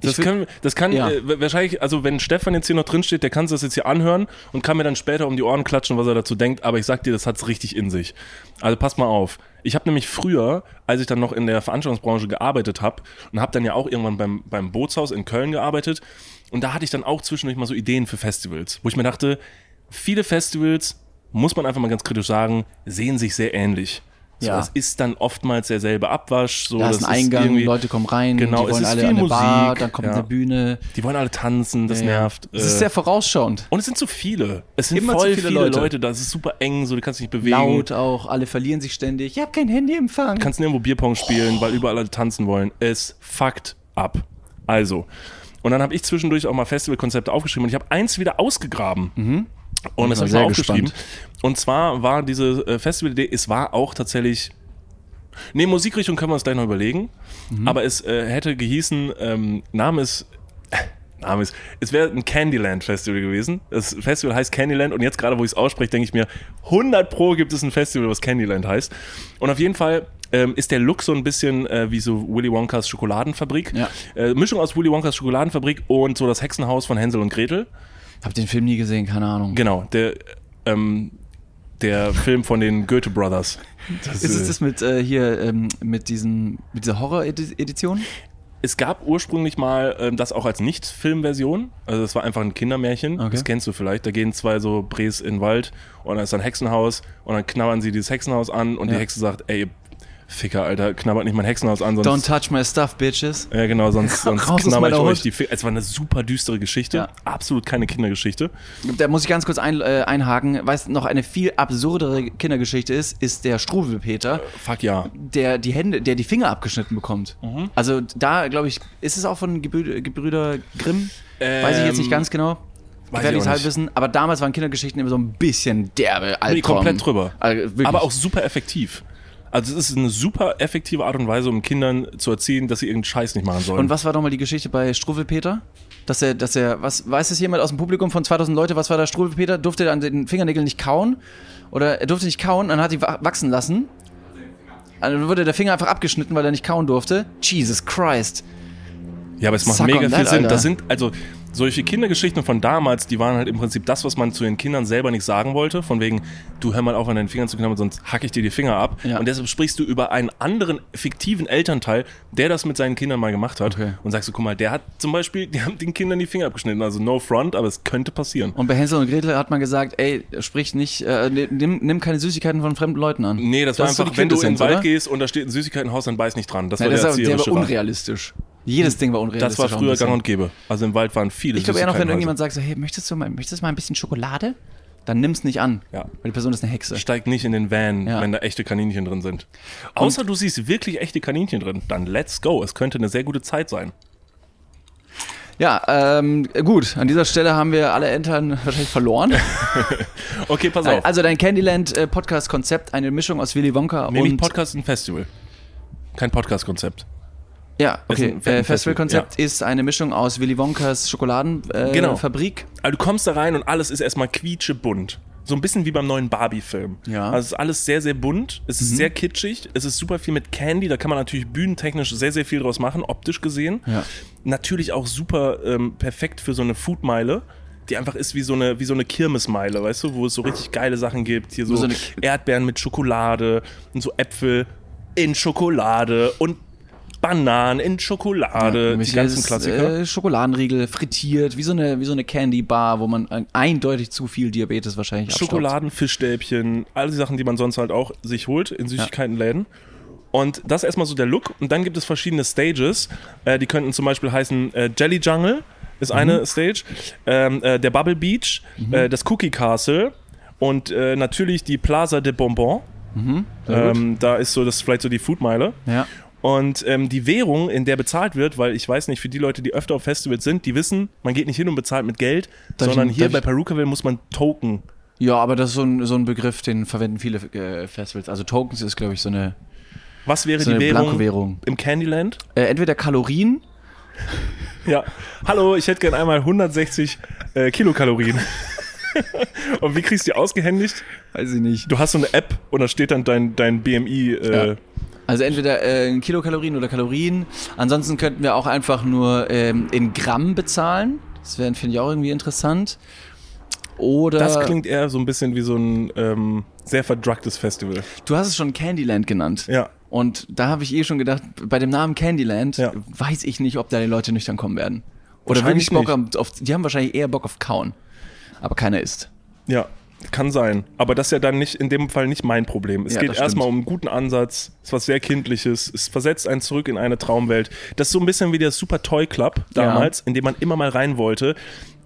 Das Ich will- kann, das kann Ja. äh, wa- wahrscheinlich, also wenn Stefan jetzt hier noch drinsteht, der kann sich das jetzt hier anhören und kann mir dann später um die Ohren klatschen, was er dazu denkt, aber ich sag dir, das hat's richtig in sich. Also pass mal auf. Ich habe nämlich früher, als ich dann noch in der Veranstaltungsbranche gearbeitet habe und habe dann ja auch irgendwann beim, beim Bootshaus in Köln gearbeitet und da hatte ich dann auch zwischendurch mal so Ideen für Festivals, wo ich mir dachte, viele Festivals, muss man einfach mal ganz kritisch sagen, sehen sich sehr ähnlich. So, Ja. Es ist dann oftmals derselbe Abwasch. So, Da ist das ein Eingang, irgendwie- Leute kommen rein, Genau, die es wollen ist alle viel an eine Bar, Musik, dann kommt ja. eine Bühne. Die wollen alle tanzen, das Ja, ja. nervt. Es ist äh, sehr vorausschauend. und es sind zu viele. Es sind Immer voll zu viele, viele Leute. Leute. da. Es ist super eng, so du kannst dich nicht bewegen. Laut auch, alle verlieren sich ständig. Ich habe kein Handyempfang. Du kannst nirgendwo Bierpong spielen, weil überall alle tanzen wollen. Es fuckt ab. Also. Und dann habe ich zwischendurch auch mal Festivalkonzepte aufgeschrieben und ich habe eins wieder ausgegraben. Mhm. Und das habe ich bin mal sehr aufgeschrieben. gespannt. Und zwar war diese äh, Festivalidee, es war auch tatsächlich. Nee, Musikrichtung können wir uns gleich noch überlegen. Mhm. Aber es äh, hätte gehießen, ähm, Name ist. Name ist. Es wäre ein Candyland-Festival gewesen. Das Festival heißt Candyland und jetzt gerade, wo ich es ausspreche, denke ich mir, 100 Pro gibt es ein Festival, was Candyland heißt. Und auf jeden Fall ähm, ist der Look so ein bisschen äh, wie so Willy Wonkas Schokoladenfabrik. Ja. Äh, Mischung aus Willy Wonkas Schokoladenfabrik und so das Hexenhaus von Hänsel und Gretel. Hab den Film nie gesehen, keine Ahnung. Genau, der, ähm, der Film von den Goethe Brothers. Ist es das mit äh, hier ähm, mit diesen mit dieser Horror-Edition? es gab ursprünglich mal ähm, das auch als Nicht-Filmversion. Also das war einfach ein Kindermärchen. Okay. Das kennst du vielleicht. Da gehen zwei so Brees in den Wald und da ist ein Hexenhaus und dann knabbern sie dieses Hexenhaus an und Ja. die Hexe sagt, ey, ihr Ficker, Alter, knabbert nicht mein Hexenhaus an, sonst Don't touch my stuff, bitches. ja, genau, sonst, sonst Raus aus knabber ich meiner euch Haut. die Fi- Es war eine super düstere Geschichte. Ja. Absolut keine Kindergeschichte. Da muss ich ganz kurz ein, äh, einhaken, weil es noch eine viel absurdere Kindergeschichte ist, ist der Struwelpeter, Fuck ja. der die Hände, der die Finger abgeschnitten bekommt. Mhm. Also da, glaube ich, ist es auch von Gebrü- Gebrüder Grimm? weiß ich jetzt nicht Ähm, ganz genau. weiß ich Gefährliches auch nicht. Halbwissen, aber damals waren Kindergeschichten immer so ein bisschen derbe, Albtraum. Nee, komplett drüber. Also, wirklich. Aber auch super effektiv. Also es ist eine super effektive Art und Weise, um Kindern zu erziehen, dass sie irgendeinen Scheiß nicht machen sollen. Und was war nochmal die Geschichte bei Struwelpeter? Dass er, dass er, was, weiß es jemand aus dem Publikum von 2000 Leute, was war da Struwelpeter? Durfte er an den Fingernägeln nicht kauen? Oder er durfte nicht kauen, dann hat ihn wa- wachsen lassen. Also dann wurde der Finger einfach abgeschnitten, weil er nicht kauen durfte. Jesus Christ. Ja, aber es macht Suck mega on viel that, Sinn. Alter. Das sind also solche Kindergeschichten von damals, die waren halt im Prinzip das, was man zu den Kindern selber nicht sagen wollte, von wegen, du hör mal auf an deinen Fingern zu knabbern, sonst hack ich dir die Finger ab. Ja. Und deshalb sprichst du über einen anderen fiktiven Elternteil, der das mit seinen Kindern mal gemacht hat Okay. und sagst du, guck mal, der hat zum Beispiel, die haben den Kindern die Finger abgeschnitten, also no front, aber es könnte passieren. Und bei Hänsel und Gretel hat man gesagt, ey, sprich nicht, äh, nimm, nimm keine Süßigkeiten von fremden Leuten an. Nee, das, war ist so einfach, die wenn du in den Quintessenz, Wald oder? gehst und da steht ein Süßigkeitenhaus, dann beiß nicht dran. Das Nein, war das der war, der war erzieherische Rat. unrealistisch. Jedes Ding war unrealistisch. Das war auch ein früher bisschen. gang und gäbe. Also im Wald waren viele Ich glaube eher noch, wenn Süßigkeitenhäuser. irgendjemand sagt, so, hey, möchtest du mal, möchtest du mal ein bisschen Schokolade? Dann nimm's nicht an. Ja. Weil die Person ist eine Hexe. Steig nicht in den Van, Ja. wenn da echte Kaninchen drin sind. Außer du siehst wirklich echte Kaninchen drin, dann let's go. Es könnte eine sehr gute Zeit sein. Ja, ähm, gut, an dieser Stelle haben wir alle Entern wahrscheinlich verloren. Okay, pass auf. also dein Candyland-Podcast-Konzept, eine Mischung aus Willy Wonka Nämlich und... Podcast ein Festival. Kein Podcast-Konzept. ja, Ist okay. ein Fe- Äh, Festival-Konzept ist eine Mischung aus Willy Wonkas Schokoladenfabrik. Äh, Genau. Fabrik. Also du kommst da rein und alles ist erstmal quietschebunt. So ein bisschen wie beim neuen Barbie-Film. Ja. Mhm. Also es ist alles sehr, sehr bunt, es ist sehr kitschig, es ist super viel mit Candy, da kann man natürlich bühnentechnisch sehr, sehr viel draus machen, optisch gesehen. Ja. Natürlich auch super ähm, perfekt für so eine Foodmeile, die einfach ist wie so eine, wie so eine Kirmesmeile, weißt du, wo es so richtig geile Sachen gibt. Hier so, so eine- Erdbeeren mit Schokolade und so Äpfel in Schokolade und Bananen in Schokolade, Äh, die Michael ganzen ist, Klassiker. Äh, Schokoladenriegel, frittiert, wie so eine, wie so eine Candy-Bar, wo man ein- eindeutig zu viel Diabetes wahrscheinlich abstaubt. Schokoladenfischstäbchen, all die Sachen, die man sonst halt auch sich holt in Süßigkeitenläden. Und das ist erstmal so der Look. Und dann gibt es verschiedene Stages. Äh, die könnten zum Beispiel heißen äh, Jelly Jungle ist Mhm. eine Stage, ähm, äh, der Bubble Beach, äh, das Cookie Castle und äh, natürlich die Plaza de Bonbon. Ähm, da ist so das vielleicht so die Foodmeile. Ja. Und ähm, die Währung, in der bezahlt wird, weil ich weiß nicht, für die Leute, die öfter auf Festivals sind, die wissen, man geht nicht hin und bezahlt mit Geld, Darf ich- sondern hier darf bei ich- Perukaville muss man Token Ja, aber das ist so ein, so ein Begriff, den verwenden viele äh, Festivals. Also Tokens ist, glaube ich, so eine Was wäre So die eine Währung, Blankowährung. im Candyland? äh, entweder Kalorien. Ja. Hallo, ich hätte gern einmal 160 äh, Kilokalorien. und wie kriegst du die ausgehändigt? Weiß ich nicht. Du hast so eine App und da steht dann dein, dein BMI. Äh, Ja. Also entweder äh, Kilokalorien oder Kalorien. Ansonsten könnten wir auch einfach nur ähm, in Gramm bezahlen. Das wäre, finde ich, auch irgendwie interessant. Oder Das klingt eher so ein bisschen wie so ein ähm, sehr verdrucktes Festival. du hast es schon Candyland genannt. Ja. Und da habe ich eh schon gedacht, bei dem Namen Candyland Ja. weiß ich nicht, ob da die Leute nüchtern kommen werden. Oder Wahrscheinlich wirklich Bock auf, die haben wahrscheinlich eher Bock auf Kauen. Aber keiner isst. Ja, kann sein. Aber das ist ja dann nicht in dem Fall nicht mein Problem. Es Ja, geht das erstmal um stimmt. einen guten Ansatz, ist was sehr Kindliches, es versetzt einen zurück in eine Traumwelt. Das ist so ein bisschen wie der Super Toy Club damals, in dem man immer mal rein wollte.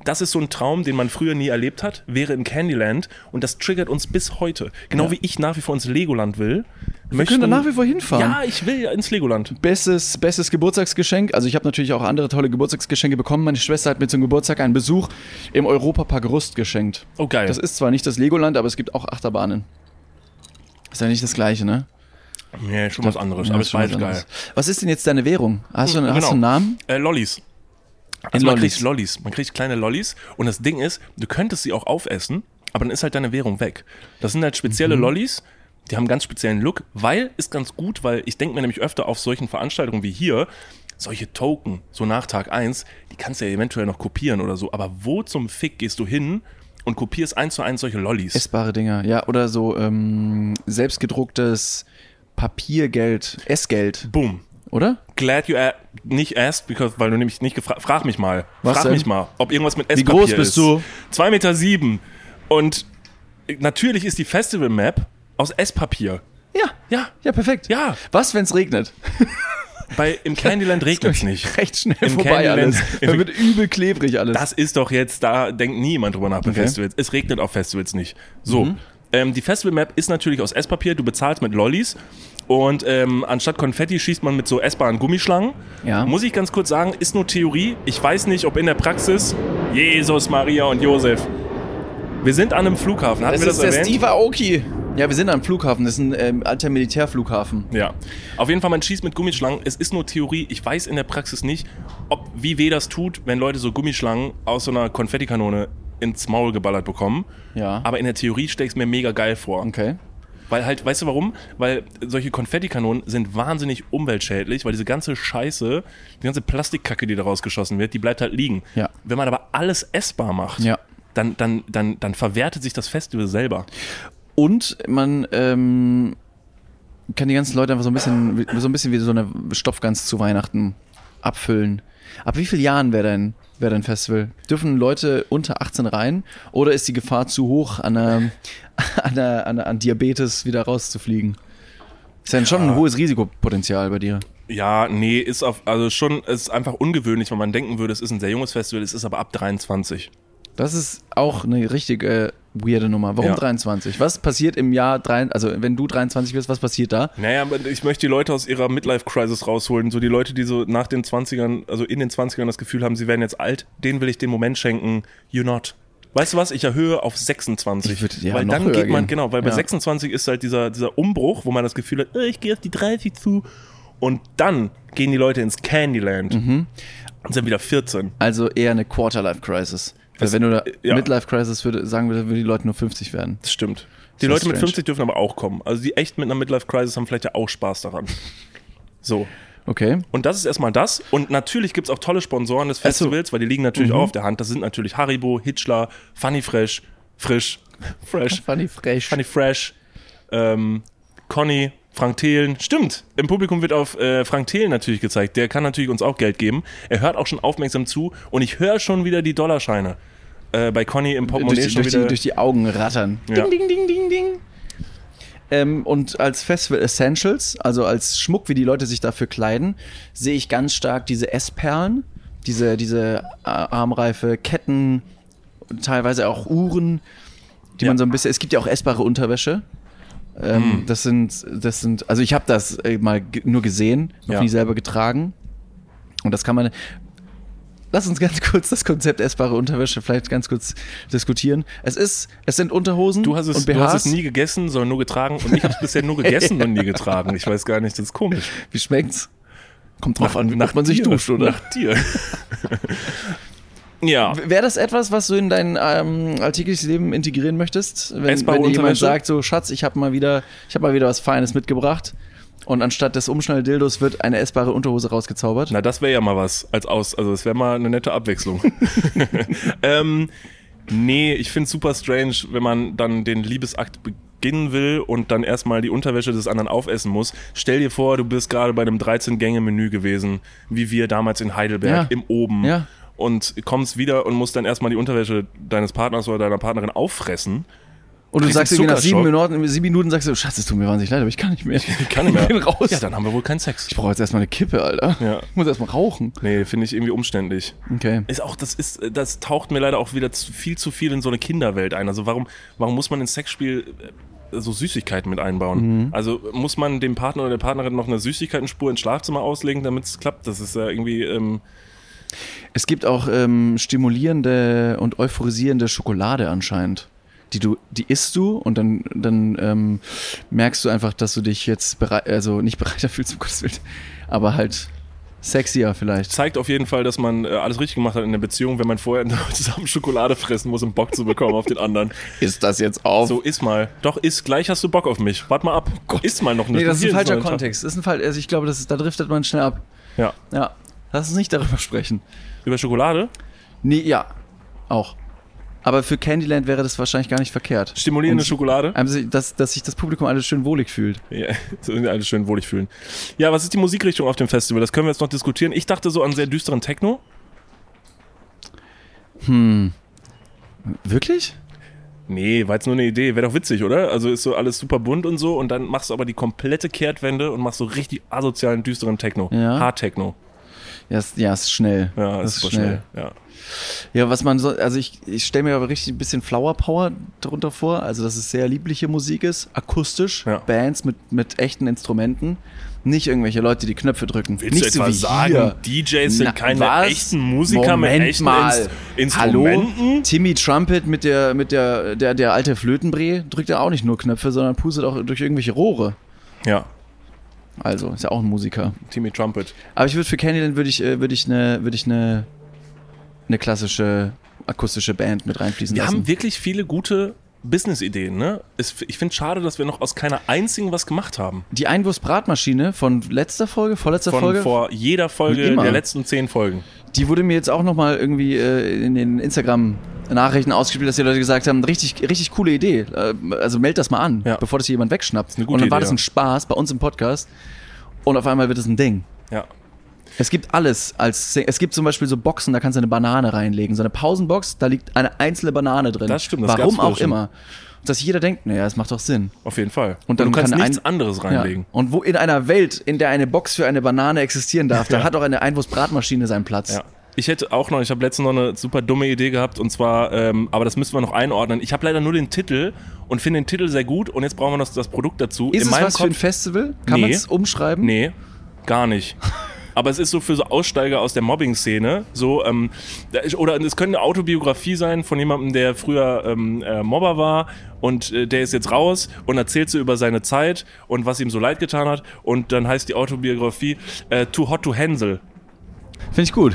Das ist so ein Traum, den man früher nie erlebt hat, wäre im Candyland und das triggert uns bis heute. Genau wie ich nach wie vor ins Legoland will. Wir da nach wie vor hinfahren. Ja, ich will ja ins Legoland. Bestes, bestes Geburtstagsgeschenk. Also ich habe natürlich auch andere tolle Geburtstagsgeschenke bekommen. Meine Schwester hat mir zum Geburtstag einen Besuch im Europapark Rust geschenkt. Oh, geil. Das ist zwar nicht das Legoland, aber es gibt auch Achterbahnen. Ist ja nicht das gleiche, ne? Nee, schon was anderes, Ja, aber ist es schon war was geil. anderes. Was ist denn jetzt deine Währung? Hast du, hast du einen Namen? Äh, Lollis. Also man Lollis. kriegt Lollis. Man kriegt kleine Lollis. Und das Ding ist, du könntest sie auch aufessen, aber dann ist halt deine Währung weg. Das sind halt spezielle Mhm. Lollis. Die haben einen ganz speziellen Look, weil ist ganz gut, weil ich denke mir nämlich öfter auf solchen Veranstaltungen wie hier, solche Token, so nach Tag 1, die kannst du ja eventuell noch kopieren oder so. Aber wo zum Fick gehst du hin und kopierst eins zu eins solche Lollis? Essbare Dinger, ja. Oder so ähm, selbstgedrucktes Papiergeld, Essgeld. Boom. oder? Glad you a- nicht asked, because, weil du nämlich nicht gefragt Frag mich mal. Was frag denn? mich mal, ob irgendwas mit Wie Esspapier groß bist ist. du? 2,7 Meter. Sieben. Und natürlich ist die Festival Map aus Esspapier. Ja. Ja, Ja, perfekt. Ja. Was, wenn es regnet? bei im Candyland regnet es nicht. Recht schnell Im vorbei Candyland- alles. Dann wird übel klebrig alles. Das ist doch jetzt, da denkt niemand drüber nach bei Okay. Mhm. Festivals. Es regnet auf Festivals nicht. So. Ähm, die Festival-Map ist natürlich aus Esspapier, du bezahlst mit Lollis und ähm, anstatt Konfetti schießt man mit so essbaren Gummischlangen. Ja. Muss ich ganz kurz sagen, ist nur Theorie. Ich weiß nicht, ob in der Praxis Jesus, Maria und Josef. Wir sind an einem Flughafen, hatten wir das erwähnt? Aoki. Ja, wir sind am Flughafen. Das ist ein ähm, alter Militärflughafen. Ja. Auf jeden Fall, man schießt mit Gummischlangen. Es ist nur Theorie. Ich weiß in der Praxis nicht, ob, wie weh das tut, wenn Leute so Gummischlangen aus so einer Konfettikanone ins Maul geballert bekommen. Ja. Aber in der Theorie stelle ich es mir mega geil vor. Okay. Weil halt, weißt du warum? Weil solche Konfettikanonen sind wahnsinnig umweltschädlich, weil diese ganze Scheiße, die ganze Plastikkacke, die daraus geschossen wird, die bleibt halt liegen. Ja. Wenn man aber alles essbar macht, Ja. dann, dann, dann, dann verwertet sich das Festival selber. Und man ähm, kann die ganzen Leute einfach so ein bisschen, wie- so ein bisschen wie so eine Stoffgans zu Weihnachten abfüllen. Ab wie vielen Jahren wäre dein, wär dein Festival? Dürfen Leute unter 18 rein oder ist die Gefahr zu hoch, an, einer, an, einer, an, einer, an Diabetes wieder rauszufliegen? Ist ja schon ein hohes Risikopotenzial bei dir. Ja, nee, ist auf, also schon, ist einfach ungewöhnlich, weil man denken würde, es ist ein sehr junges Festival, es ist aber ab 23. Das ist auch eine richtig äh, weirde Nummer. Warum Ja. 23? Was passiert im Jahr 23, also wenn du 23 bist, was passiert da? Naja, aber ich möchte die Leute aus ihrer Midlife-Crisis rausholen, so die Leute, die so nach den 20ern, also in den 20ern das Gefühl haben, sie werden jetzt alt, denen will ich den Moment schenken, you not. Weißt du was, ich erhöhe auf 26. Ich würd- ja, weil noch dann höher geht man, gehen. genau, weil bei Ja. 26 ist halt dieser, dieser Umbruch, wo man das Gefühl hat, äh, ich gehe auf die 30 zu und dann gehen die Leute ins Candyland Mhm. und sind wieder 14. Also eher eine Quarter-Life-Crisis. Weil Das- wenn du da ja. Midlife-Crisis würde, sagen würdest, würden die Leute nur 50 werden. Das stimmt. Die Sehr Leute mit strange. 50 dürfen aber auch kommen. Also die echt mit einer Midlife-Crisis haben vielleicht ja auch Spaß daran. So. Okay. Und das ist erstmal das. Und natürlich gibt's auch tolle Sponsoren des Festivals, weil die liegen Mhm. natürlich auch auf der Hand. Das sind natürlich Haribo, Hitchler, Funny Fresh, Frisch, Fresh, Funny fresh. Funny Fresh, ähm, Conny, Frank Thelen. Stimmt, im Publikum wird auf äh, Frank Thelen natürlich gezeigt. Der kann natürlich uns auch Geld geben. Er hört auch schon aufmerksam zu und ich höre schon wieder die Dollarscheine. Äh, bei Conny im durch, Portemonnaie die, schon durch, die, wieder. durch die Augen rattern. Ja. Ding, ding, ding, ding, ding. Ähm, und als Festival Essentials, also als Schmuck, wie die Leute sich dafür kleiden, sehe ich ganz stark diese Essperlen, diese, diese Ar- Armreife, Ketten, teilweise auch Uhren, die Ja. Hm. man so ein bisschen. Es gibt ja auch essbare Unterwäsche. Ähm, Das sind, das sind, also ich habe das äh, mal ge- nur gesehen, noch Ja. nie selber getragen. Und das kann man. Lass uns ganz kurz das Konzept essbare Unterwäsche vielleicht ganz kurz diskutieren. Es ist, es sind Unterhosen Du hast, es, und du BHs. hast es nie gegessen, sondern nur getragen. Und ich habe es bisher nur gegessen und nie getragen. Ich weiß gar nicht, das ist komisch. Wie schmeckt's? Kommt drauf an, wie oft man sich dir, duscht, oder? Nach dir. ja. Wäre das etwas, was du in dein ähm, alltägliches Leben integrieren möchtest? Wenn, Essbare wenn dir jemand Unterwäsche? sagt, so Schatz, ich habe mal wieder, ich habe mal wieder was Feines mitgebracht und anstatt des Umschnalldildos wird eine essbare Unterhose rausgezaubert. Na, das wäre ja mal was als aus. Also das wäre mal eine nette Abwechslung. ähm, nee, ich finde super strange, wenn man dann den Liebesakt beginnen will und dann erstmal die Unterwäsche des anderen aufessen muss. Stell dir vor, du bist gerade bei einem 13-Gänge-Menü gewesen, wie wir damals in Heidelberg Ja. im Oben. Ja. Und kommst wieder und musst dann erstmal die Unterwäsche deines Partners oder deiner Partnerin auffressen. und du diesen sagst irgendwie nach sieben Zuckerschock. Minuten, sieben Minuten sagst du, Schatz, es tut mir wahnsinnig leid, aber ich kann nicht mehr. Ich Kann ich mehr. bin raus. Ja, dann haben wir wohl keinen Sex. ich brauche jetzt erstmal eine Kippe, Alter. Ja. Ich muss erstmal rauchen. Nee, finde ich irgendwie umständlich. Okay. Ist auch, das ist, das taucht mir leider auch wieder zu, viel zu viel in so eine Kinderwelt ein. Also warum, warum muss man ins Sexspiel äh, so Süßigkeiten mit einbauen? Mhm. Also muss man dem Partner oder der Partnerin noch eine Süßigkeitenspur ins Schlafzimmer auslegen, damit es klappt? Das ist ja irgendwie, ähm, Es gibt auch ähm, stimulierende und euphorisierende Schokolade anscheinend. Die du, die isst du und dann, dann ähm, merkst du einfach, dass du dich jetzt bereit, also nicht bereiter fühlst, um Gottes Willen, aber halt sexier vielleicht. zeigt auf jeden Fall, dass man äh, alles richtig gemacht hat in der Beziehung, wenn man vorher zusammen Schokolade fressen muss, um Bock zu bekommen auf den anderen. Ist das jetzt auf? So, iss mal. Doch, iss, gleich hast du Bock auf mich. Wart mal ab. Iss mal noch eine Oh nee, das ist hier ein falscher so Tag. Kontext. Das ist ein Fall, also ich glaube, das ist, da driftet man schnell ab. Ja. Ja. Lass uns nicht darüber sprechen. Über Schokolade? Nee, ja. Auch. Aber für Candyland wäre das wahrscheinlich gar nicht verkehrt. Stimulierende Und- Schokolade. Einfach, Dass, dass sich das Publikum alles schön wohlig fühlt. Ja, so sind alle schön wohlig fühlen. Ja, was ist die Musikrichtung auf dem Festival? Das können wir jetzt noch diskutieren. Ich dachte so an sehr düsteren Techno. Hm. Wirklich? Nee, war jetzt nur eine Idee. Wäre doch witzig, oder? Also ist so alles super bunt und so und dann machst du aber die komplette Kehrtwende und machst so richtig asozialen, düsteren Techno. Ja. Hard-Techno. Ja, ist, ja, ist schnell. Ja, Das ist super schnell. Ja. Ja, was man so, also ich, ich stelle mir aber richtig ein bisschen Flower Power darunter vor, also dass es sehr liebliche Musik ist, akustisch, Ja. Bands mit, mit echten Instrumenten, nicht irgendwelche Leute, die Knöpfe drücken. Willst nicht du etwa sagen, DJs sind Na, keine was? echten Musiker Moment mit echten mal. Inst- Hallo, Instrumenten? Timmy Trumpet mit der, mit der, der, der alte Flötenbree drückt ja auch nicht nur Knöpfe, sondern pustet auch durch irgendwelche Rohre. Ja, Also, ist ja auch ein Musiker. Timmy Trumpet. Aber ich würde für Candyland würde ich, äh, würde ich eine, würde ich eine, eine klassische akustische Band mit reinfließen Wir lassen. haben wirklich viele gute Business-Ideen, ne? Es- Ich finde schade, dass wir noch aus keiner einzigen was gemacht haben. Die Einwurfsbratmaschine von letzter Folge, vorletzter Von Folge, vor jeder Folge Immer. der letzten zehn Folgen. die wurde mir jetzt auch nochmal irgendwie äh, in den Instagram-Nachrichten ausgespielt, dass die Leute gesagt haben, richtig, richtig coole Idee. Äh, Also meld das mal an, Ja. bevor das hier jemand wegschnappt. eine gute Und dann war Idee, das ja. ein Spaß bei uns im Podcast. Und auf einmal wird es ein Ding. Ja. Es gibt alles als Sing- es gibt zum Beispiel so Boxen, da kannst du eine Banane reinlegen, so eine Pausenbox, da liegt eine einzelne Banane drin. Das stimmt, das gab's Warum früher auch schon. immer, dass jeder denkt, naja, es macht doch Sinn. Auf jeden Fall. Und dann du kannst kann nichts ein- anderes reinlegen. Ja. Und wo in einer Welt, in der eine Box für eine Banane existieren darf, da hat auch eine Einwurfsbratmaschine seinen Platz. Ja. Ich hätte auch noch, ich habe letztens noch eine super dumme Idee gehabt und zwar, ähm, aber das müssen wir noch einordnen. Ich habe leider nur den Titel und finde den Titel sehr gut und jetzt brauchen wir noch das Produkt dazu. Ist es was für ein Kopf- Festival? Kann Nee. man es umschreiben? Nee, gar nicht. Aber es ist so für so Aussteiger aus der Mobbing-Szene. So, ähm, da ist- oder es könnte eine Autobiografie sein von jemandem, der früher ähm, äh, Mobber war und äh, der ist jetzt raus und erzählt so über seine Zeit und was ihm so leid getan hat. Und dann heißt die Autobiografie äh, Too Hot to Hansel. Finde ich gut.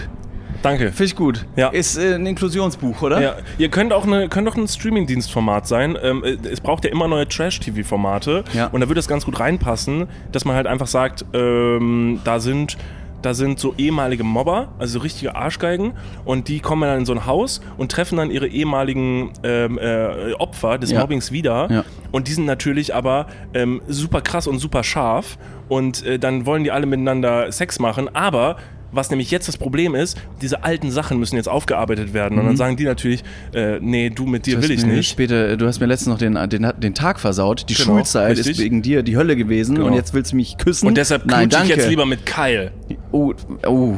Danke. Finde ich gut. Ja. Ist äh, ein Inklusionsbuch, oder? Ja, ihr könnt auch, eine, könnt auch ein Streaming-Dienstformat sein. Ähm, äh, es braucht ja immer neue Trash-TV-Formate. Ja. Und da würde das ganz gut reinpassen, dass man halt einfach sagt, ähm, da sind. Da sind so ehemalige Mobber, also richtige Arschgeigen, und die kommen dann in so ein Haus und treffen dann ihre ehemaligen ähm, äh, Opfer des Ja. Mobbings wieder. Ja. Und die sind natürlich aber ähm, super krass und super scharf. Und äh, dann wollen die alle miteinander Sex machen. Aber was nämlich jetzt das Problem ist, diese alten Sachen müssen jetzt aufgearbeitet werden. Mhm. Und dann sagen die natürlich, äh, nee, du mit dir Du hast will ich mir nicht. Später, äh, du hast mir letztens noch den, den, den Tag versaut. Die Genau, Schulzeit ist richtig. wegen dir die Hölle gewesen Genau. und jetzt willst du mich küssen. Und deshalb Nein, knutsch danke. ich jetzt lieber mit Kyle. Oh, oh.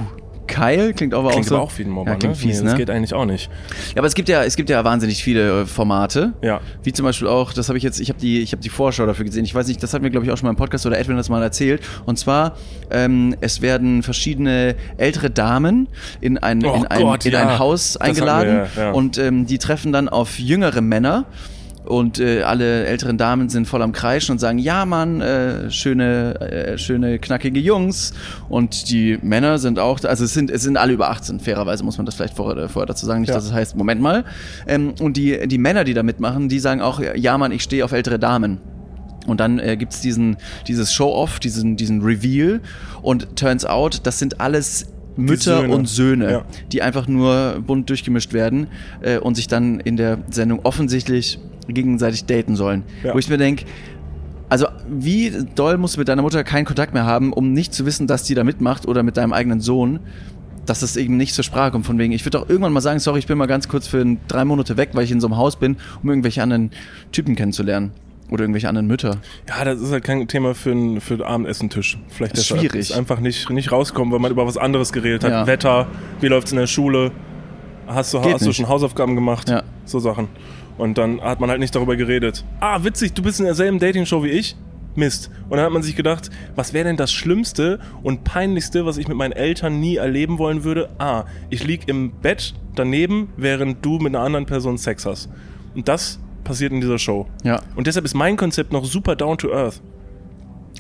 Keil klingt aber Klingt auch so. aber auch wie ein Mobber, ja, klingt ne? fies, nee, Das ne? geht eigentlich auch nicht. Ja, aber es gibt ja, es gibt ja wahnsinnig viele äh, Formate. Ja. Wie zum Beispiel auch, das habe ich jetzt, ich habe die, ich habe die Vorschau dafür gesehen. Ich weiß nicht, das hat mir glaube ich auch schon mal im Podcast oder Edwin das mal erzählt. Und zwar, ähm, es werden verschiedene ältere Damen in ein, Oh in ein, Gott, in ein ja. Haus Das hatten eingeladen wir, ja. und ähm, die treffen dann auf jüngere Männer. Und äh, alle älteren Damen sind voll am Kreischen und sagen, ja Mann, äh, schöne, äh, schöne, knackige Jungs. Und die Männer sind auch, also es sind, es sind alle über 18, fairerweise muss man das vielleicht vorher, vorher dazu sagen, nicht, Ja. dass es heißt, Moment mal. Ähm, und die, die Männer, die da mitmachen, die sagen auch, ja Mann, ich stehe auf ältere Damen. Und dann äh, gibt's diesen, dieses Show-Off, diesen, diesen Reveal. Und turns out, das sind alles Mütter Söhne. und Söhne, Ja. die einfach nur bunt durchgemischt werden äh, und sich dann in der Sendung offensichtlich gegenseitig daten sollen. Ja. Wo ich mir denk also wie doll musst du mit deiner Mutter keinen Kontakt mehr haben, um nicht zu wissen, dass die da mitmacht oder mit deinem eigenen Sohn, dass das eben nicht zur Sprache kommt. Von wegen, ich würde doch irgendwann mal sagen, sorry, ich bin mal ganz kurz für ein- drei Monate weg, weil ich in so einem Haus bin, um irgendwelche anderen Typen kennenzulernen. Oder irgendwelche anderen Mütter. Ja, das ist halt kein Thema für einen für einen Abendessentisch. Vielleicht Ist deshalb. schwierig. Ist einfach nicht, nicht rauskommen, weil man über was anderes geredet hat. Ja. Wetter, wie läuft's in der Schule? Hast du, Geht hast du nicht. schon Hausaufgaben gemacht? Ja. So Sachen. Und dann hat man halt nicht darüber geredet. Ah, witzig, du bist in derselben Dating-Show wie ich? Mist. Und dann hat man sich gedacht, was wäre denn das Schlimmste und Peinlichste, was ich mit meinen Eltern nie erleben wollen würde? Ah, ich lieg im Bett daneben, während du mit einer anderen Person Sex hast. Und das passiert in dieser Show. Ja. Und deshalb ist mein Konzept noch super down to earth.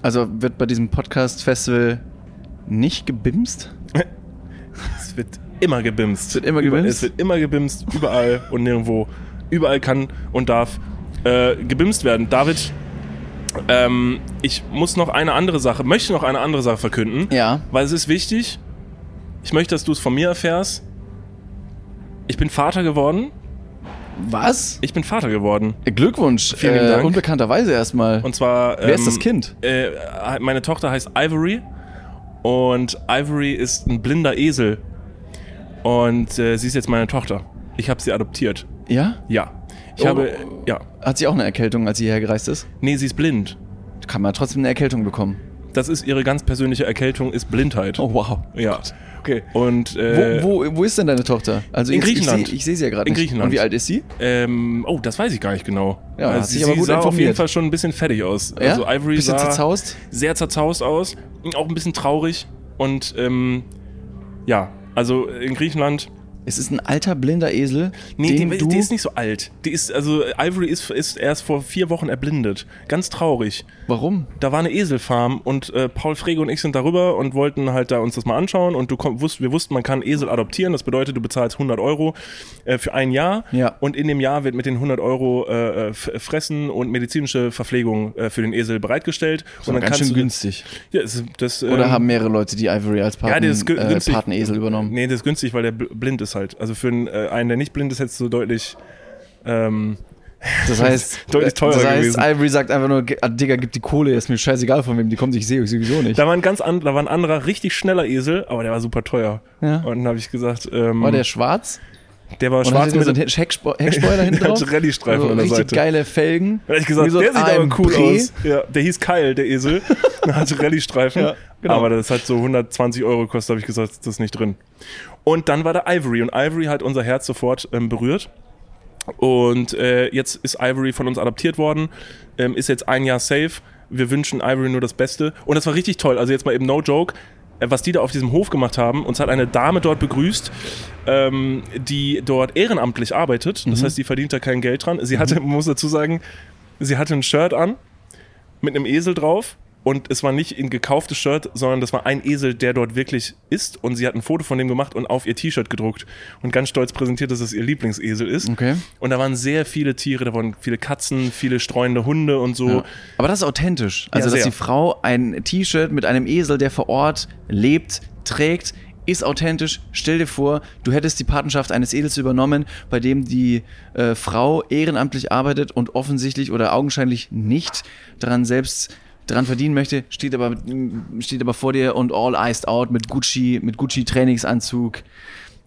Also wird bei diesem Podcast-Festival nicht gebimst? Es wird immer gebimst. Es wird immer gebimst? Es wird immer gebimst, überall und nirgendwo. Überall kann und darf äh, gebimst werden. David, ähm, ich muss noch eine andere Sache, möchte noch eine andere Sache verkünden, Ja. weil es ist wichtig. Ich möchte, dass du es von mir erfährst. Ich bin Vater geworden Was? Ich bin Vater geworden. Glückwunsch. Vielen äh, ähm, Dank. Unbekannterweise erstmal. Und zwar. Wer ist das Kind? Äh, meine Tochter heißt Ivory. Und Ivory ist ein blinder Esel. Und äh, sie ist jetzt meine Tochter. Ich habe sie adoptiert. ja? Ja. Ich Oh. habe. Ja. Hat sie auch eine Erkältung, als sie hierher gereist ist? Nee, sie ist blind. Kann man trotzdem eine Erkältung bekommen. Das ist ihre ganz persönliche Erkältung, ist Blindheit. Oh, wow. Ja. Okay. Und. Äh, wo, wo, wo ist denn deine Tochter? Also in jetzt- Ich Griechenland. sehe ich seh sie ja gerade In nicht. Griechenland. Und wie alt ist sie? Ähm, oh, das weiß ich gar nicht genau. Ja, hat sie, sich aber sie gut sah auf jeden informiert. Fall schon ein bisschen fertig aus. Ja? Also Ivory Bisschen sah zerzaust? sehr zerzaust aus, auch ein bisschen traurig und ähm, ja, also in Griechenland. Es ist ein alter blinder Esel, Nee, den die, du die ist nicht so alt. Die ist, also Ivory ist, ist erst vor vier Wochen erblindet. Ganz traurig. Warum? Da war eine Eselfarm und äh, Paul Frege und ich sind darüber und wollten halt da uns das mal anschauen und du komm, wusst, wir wussten, man kann Esel adoptieren. Das bedeutet, du bezahlst 100 Euro äh, für ein Jahr Ja. und in dem Jahr wird mit den 100 Euro äh, äh, F- Fressen und medizinische Verpflegung äh, für den Esel bereitgestellt. und dann ganz kannst schön du, günstig. Ja, das, das, ähm, Oder haben mehrere Leute die Ivory als Paten, ja, der ist gü- äh, günstig. Patenesel übernommen? Nee, das ist günstig, weil der bl- blind ist halt. Also für einen, äh, einen der nicht blind ist, hättest du deutlich. Ähm, Das heißt, Deutlich teurer das heißt gewesen. Ivory sagt einfach nur, "Ge- ah, Digga, gib die Kohle, ist mir scheißegal, von wem die kommt, ich sehe euch sowieso nicht. da war ein ganz an, da war ein anderer richtig schneller Esel, aber der war super teuer. Ja. Und dann habe ich gesagt, ähm, War der schwarz? der war Und schwarz hatte mit so einen Heckspo Heckspoiler hinten Der drauf? hatte Rallye-Streifen an der richtig Seite. geile Felgen. Dann hab ich gesagt, Wie so der sieht ein aber cool Pré. aus. Ja, der hieß Kyle, der Esel. Der hatte Rallye-Streifen. Ja, genau. Aber das hat so 120 Euro gekostet, habe ich gesagt, das ist nicht drin. Und dann war da Ivory und Ivory hat unser Herz sofort ähm, berührt. Und äh, jetzt ist Ivory von uns adoptiert worden, ähm, ist jetzt ein Jahr safe. Wir wünschen Ivory nur das Beste. Und das war richtig toll. Also jetzt mal eben no joke, äh, was die da auf diesem Hof gemacht haben. Uns hat eine Dame dort begrüßt, ähm, die dort ehrenamtlich arbeitet. Das heißt, die verdient da kein Geld dran. Sie hatte, man muss dazu sagen, sie hatte ein Shirt an mit einem Esel drauf. Und es war nicht ein gekauftes Shirt, sondern das war ein Esel, der dort wirklich ist. Und sie hat ein Foto von dem gemacht und auf ihr T-Shirt gedruckt. Und ganz stolz präsentiert, dass es ihr Lieblingsesel ist. Okay. Und da waren sehr viele Tiere, da waren viele Katzen, viele streunende Hunde und so. Ja. Aber das ist authentisch. Also, dass sehr. die Frau ein T-Shirt mit einem Esel, der vor Ort lebt, trägt, ist authentisch. Stell dir vor, du hättest die Patenschaft eines Edels übernommen, bei dem die äh, Frau ehrenamtlich arbeitet und offensichtlich oder augenscheinlich nicht daran selbst dran verdienen möchte, steht aber, steht aber vor dir und all iced out mit Gucci, mit Gucci Trainingsanzug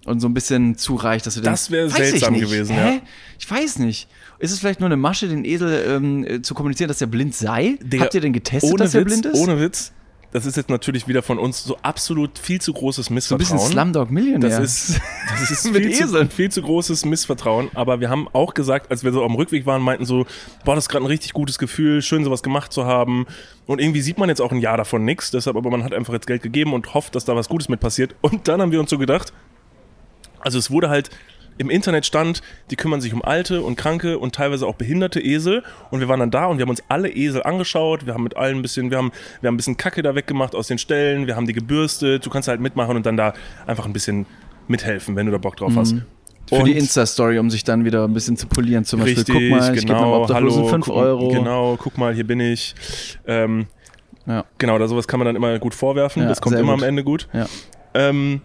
und so ein bisschen zu reich, dass du Das denkst, wäre weiß ich seltsam nicht. gewesen, Hä? ja. Ich weiß nicht. Ist es vielleicht nur eine Masche, den Esel ähm, äh, zu kommunizieren, dass er blind sei? Digga, Habt ihr denn getestet, ohne dass er Witz, blind ist? Ohne Witz. Das ist jetzt natürlich wieder von uns so absolut viel zu großes so ein Missvertrauen. bisschen Slumdog Millionär. Das ist, das ist Mit viel, zu, Eseln. viel zu großes Missvertrauen. Aber wir haben auch gesagt, als wir so am Rückweg waren, meinten so, boah, das ist gerade ein richtig gutes Gefühl, schön sowas gemacht zu haben. Und irgendwie sieht man jetzt auch ein Jahr davon nichts. Deshalb, aber man hat einfach jetzt Geld gegeben und hofft, dass da was Gutes mit passiert. Und dann haben wir uns so gedacht, also es wurde halt im Internet stand, die kümmern sich um alte und kranke und teilweise auch behinderte Esel. Und wir waren dann da und wir haben uns alle Esel angeschaut. Wir haben mit allen ein bisschen, wir haben, wir haben ein bisschen Kacke da weggemacht aus den Ställen. Wir haben die gebürstet. Du kannst halt mitmachen und dann da einfach ein bisschen mithelfen, wenn du da Bock drauf hast. Mhm. Für die Und- Insta-Story, um sich dann wieder ein bisschen zu polieren. Zum Beispiel, Richtig, guck mal, ich gebe genau, meinem hallo, Obdachlosen 5 guck, Euro. Genau, guck mal, hier bin ich. Ähm, Ja. Genau, da sowas kann man dann immer gut vorwerfen. Ja, das kommt sehr immer gut. am Ende gut. Ja. Ähm,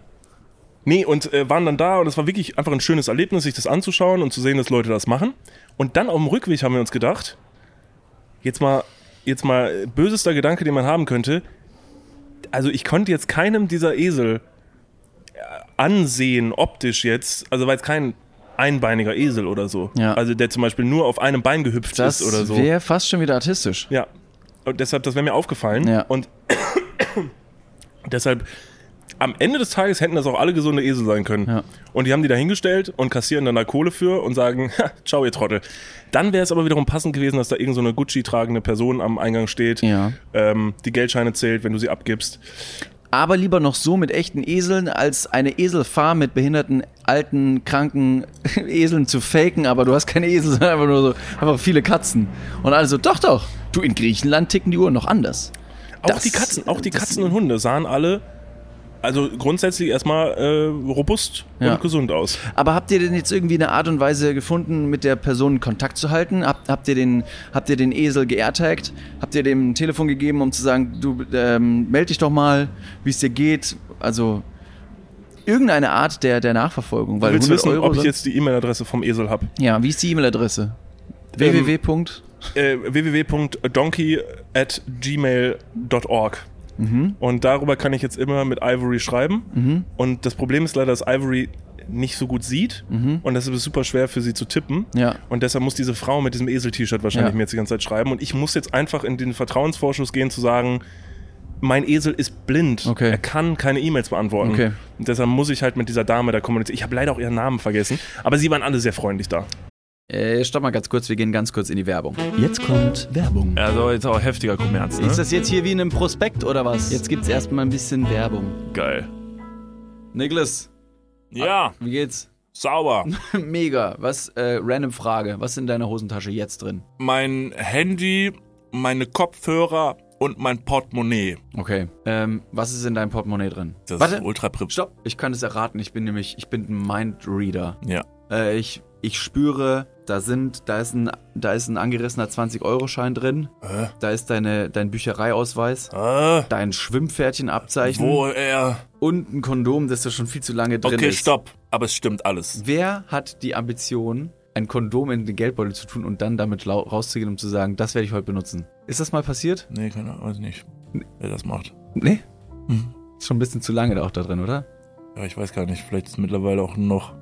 nee, und äh, waren dann da und es war wirklich einfach ein schönes Erlebnis, sich das anzuschauen und zu sehen, dass Leute das machen. Und dann auf dem Rückweg haben wir uns gedacht, jetzt mal, jetzt mal äh, bösester Gedanke, den man haben könnte. Also ich konnte jetzt keinem dieser Esel äh, ansehen, optisch jetzt, also war jetzt kein einbeiniger Esel oder so. Ja. Also der zum Beispiel nur auf einem Bein gehüpft Das ist oder so. wäre fast schon wieder artistisch. Ja. Und deshalb, das wäre mir aufgefallen. Ja. Und deshalb, am Ende des Tages hätten das auch alle gesunde Esel sein können. Ja. Und die haben die da hingestellt und kassieren dann da Kohle für und sagen, "Ha, ciao, ihr Trottel. Dann wäre es aber wiederum passend gewesen, dass da irgend so eine Gucci-tragende Person am Eingang steht, Ja. ähm, die Geldscheine zählt, wenn du sie abgibst. Aber lieber noch so mit echten Eseln, als eine Eselfarm mit behinderten, alten, kranken Eseln zu faken, aber du hast keine Esel, sondern einfach nur so, einfach viele Katzen. Und alle so, doch, doch, du, in Griechenland ticken die Uhren noch anders. Auch Das- die Katzen, auch die das- Katzen und Hunde sahen alle, also grundsätzlich erstmal äh, robust Ja. und gesund aus. Aber habt ihr denn jetzt irgendwie eine Art und Weise gefunden, mit der Person Kontakt zu halten? Habt, habt, ihr, den, habt ihr den Esel geairtagged? Habt ihr dem ein Telefon gegeben, um zu sagen, du ähm, meld dich doch mal, wie es dir geht? Also irgendeine Art der, der Nachverfolgung. Du Weil willst 100 wissen, Euro ob ich sind- jetzt die E-Mail-Adresse vom Esel habe. ja, wie ist die E-Mail-Adresse? www. Äh, www.donkey.gmail.org Mhm. Und darüber kann ich jetzt immer mit Ivory schreiben. Und das Problem ist leider, dass Ivory nicht so gut sieht und das ist super schwer für sie zu tippen. Mhm. Ja. Und deshalb muss diese Frau mit diesem Esel-T-Shirt wahrscheinlich Ja. mir jetzt die ganze Zeit schreiben. Und ich muss jetzt einfach in den Vertrauensvorschuss gehen zu sagen, mein Esel ist blind. Okay. Er kann keine E-Mails beantworten. Okay. Und deshalb muss ich halt mit dieser Dame da kommunizieren. Ich habe leider auch ihren Namen vergessen, aber sie waren alle sehr freundlich da. Äh, stopp mal ganz kurz, wir gehen ganz kurz in die Werbung. Jetzt kommt Werbung. Also jetzt auch heftiger Kommerz. ne? Ist das jetzt hier wie in einem Prospekt oder was? Jetzt gibt's erstmal ein bisschen Werbung. geil? Niklas, Ja, wie geht's? Sauber. Mega. Was, äh, random Frage. Was ist in deiner Hosentasche jetzt drin? Mein Handy, meine Kopfhörer und mein Portemonnaie. Okay. Ähm, was ist in deinem Portemonnaie drin? Das Warte, ist ultra privat. stopp. Ich kann es erraten. Ich bin nämlich, ich bin ein Mindreader. Ja. Äh, ich, ich spüre, da sind, da ist ein, da ist ein angerissener 20-Euro-Schein drin. Hä? Da ist deine, dein Büchereiausweis. Äh, Dein Schwimmpferdchenabzeichen. wo er. Und ein Kondom, das da schon viel zu lange drin Okay, ist. stopp. Aber es stimmt alles. Wer hat die Ambition, ein Kondom in den Geldbeutel zu tun und dann damit lau- rauszugehen, um zu sagen, das werde ich heute benutzen? Ist das mal passiert? Nee, keine Ahnung, weiß nicht, wer das macht. Nee. Hm. Ist schon ein bisschen zu lange auch da drin, oder? Ja, ich weiß gar nicht. Vielleicht ist mittlerweile auch noch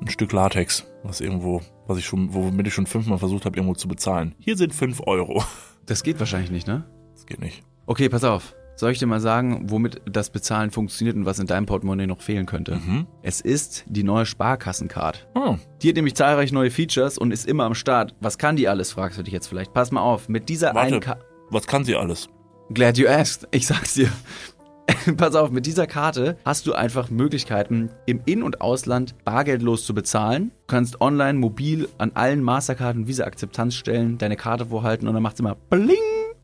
ein Stück Latex, was irgendwo, was ich schon, womit ich schon fünfmal versucht habe, irgendwo zu bezahlen. Hier sind fünf Euro. Das geht wahrscheinlich nicht, ne? Das geht nicht. Okay, pass auf. Soll ich dir mal sagen, womit das Bezahlen funktioniert und was in deinem Portemonnaie noch fehlen könnte? Mhm. Es ist die neue Sparkassencard. Oh. Die hat nämlich zahlreiche neue Features und ist immer am Start. Was kann die alles, fragst du dich jetzt vielleicht. Pass mal auf, mit dieser Warte. einen Ka Was kann sie alles? Glad you asked. Ich sag's dir. Pass auf, mit dieser Karte hast du einfach Möglichkeiten, im In- und Ausland bargeldlos zu bezahlen. Du kannst online, mobil an allen Masterkarten, Visa-Akzeptanzstellen deine Karte vorhalten und dann macht's immer Bling.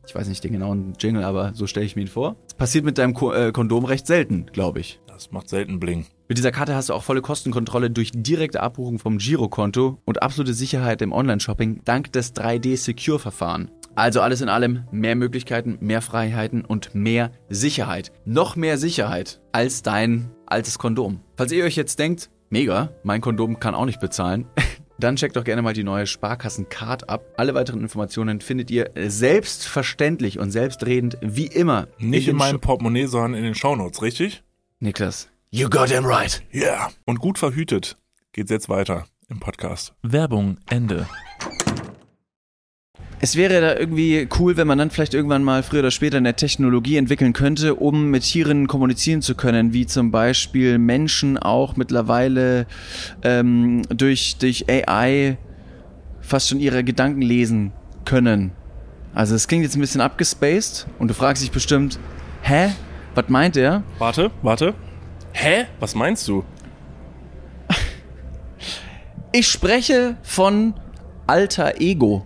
Ich weiß nicht den genauen Jingle, aber so stelle ich mir ihn vor. Das passiert mit deinem Ko äh, Kondom recht selten, glaube ich. Das macht selten Bling. Mit dieser Karte hast du auch volle Kostenkontrolle durch direkte Abbuchung vom Girokonto und absolute Sicherheit im Online-Shopping dank des 3D-Secure-Verfahren. Also alles in allem mehr Möglichkeiten, mehr Freiheiten und mehr Sicherheit. Noch mehr Sicherheit als dein altes Kondom. Falls ihr euch jetzt denkt, mega, mein Kondom kann auch nicht bezahlen, dann checkt doch gerne mal die neue Sparkassen-Card ab. Alle weiteren Informationen findet ihr selbstverständlich und selbstredend wie immer. Nicht in, den meinem Sho- Portemonnaie, sondern in den Shownotes, richtig? Niklas. You got him right. Ja. Yeah. Und gut verhütet geht's jetzt weiter im Podcast. Werbung, Ende. Es wäre da irgendwie cool, wenn man dann vielleicht irgendwann mal früher oder später eine Technologie entwickeln könnte, um mit Tieren kommunizieren zu können, wie zum Beispiel Menschen auch mittlerweile ähm, durch, durch AI fast schon ihre Gedanken lesen können. Also es klingt jetzt ein bisschen abgespaced und du fragst dich bestimmt, hä? Was meint er? Warte, warte. Hä? Was meinst du? Ich spreche von Alter Ego.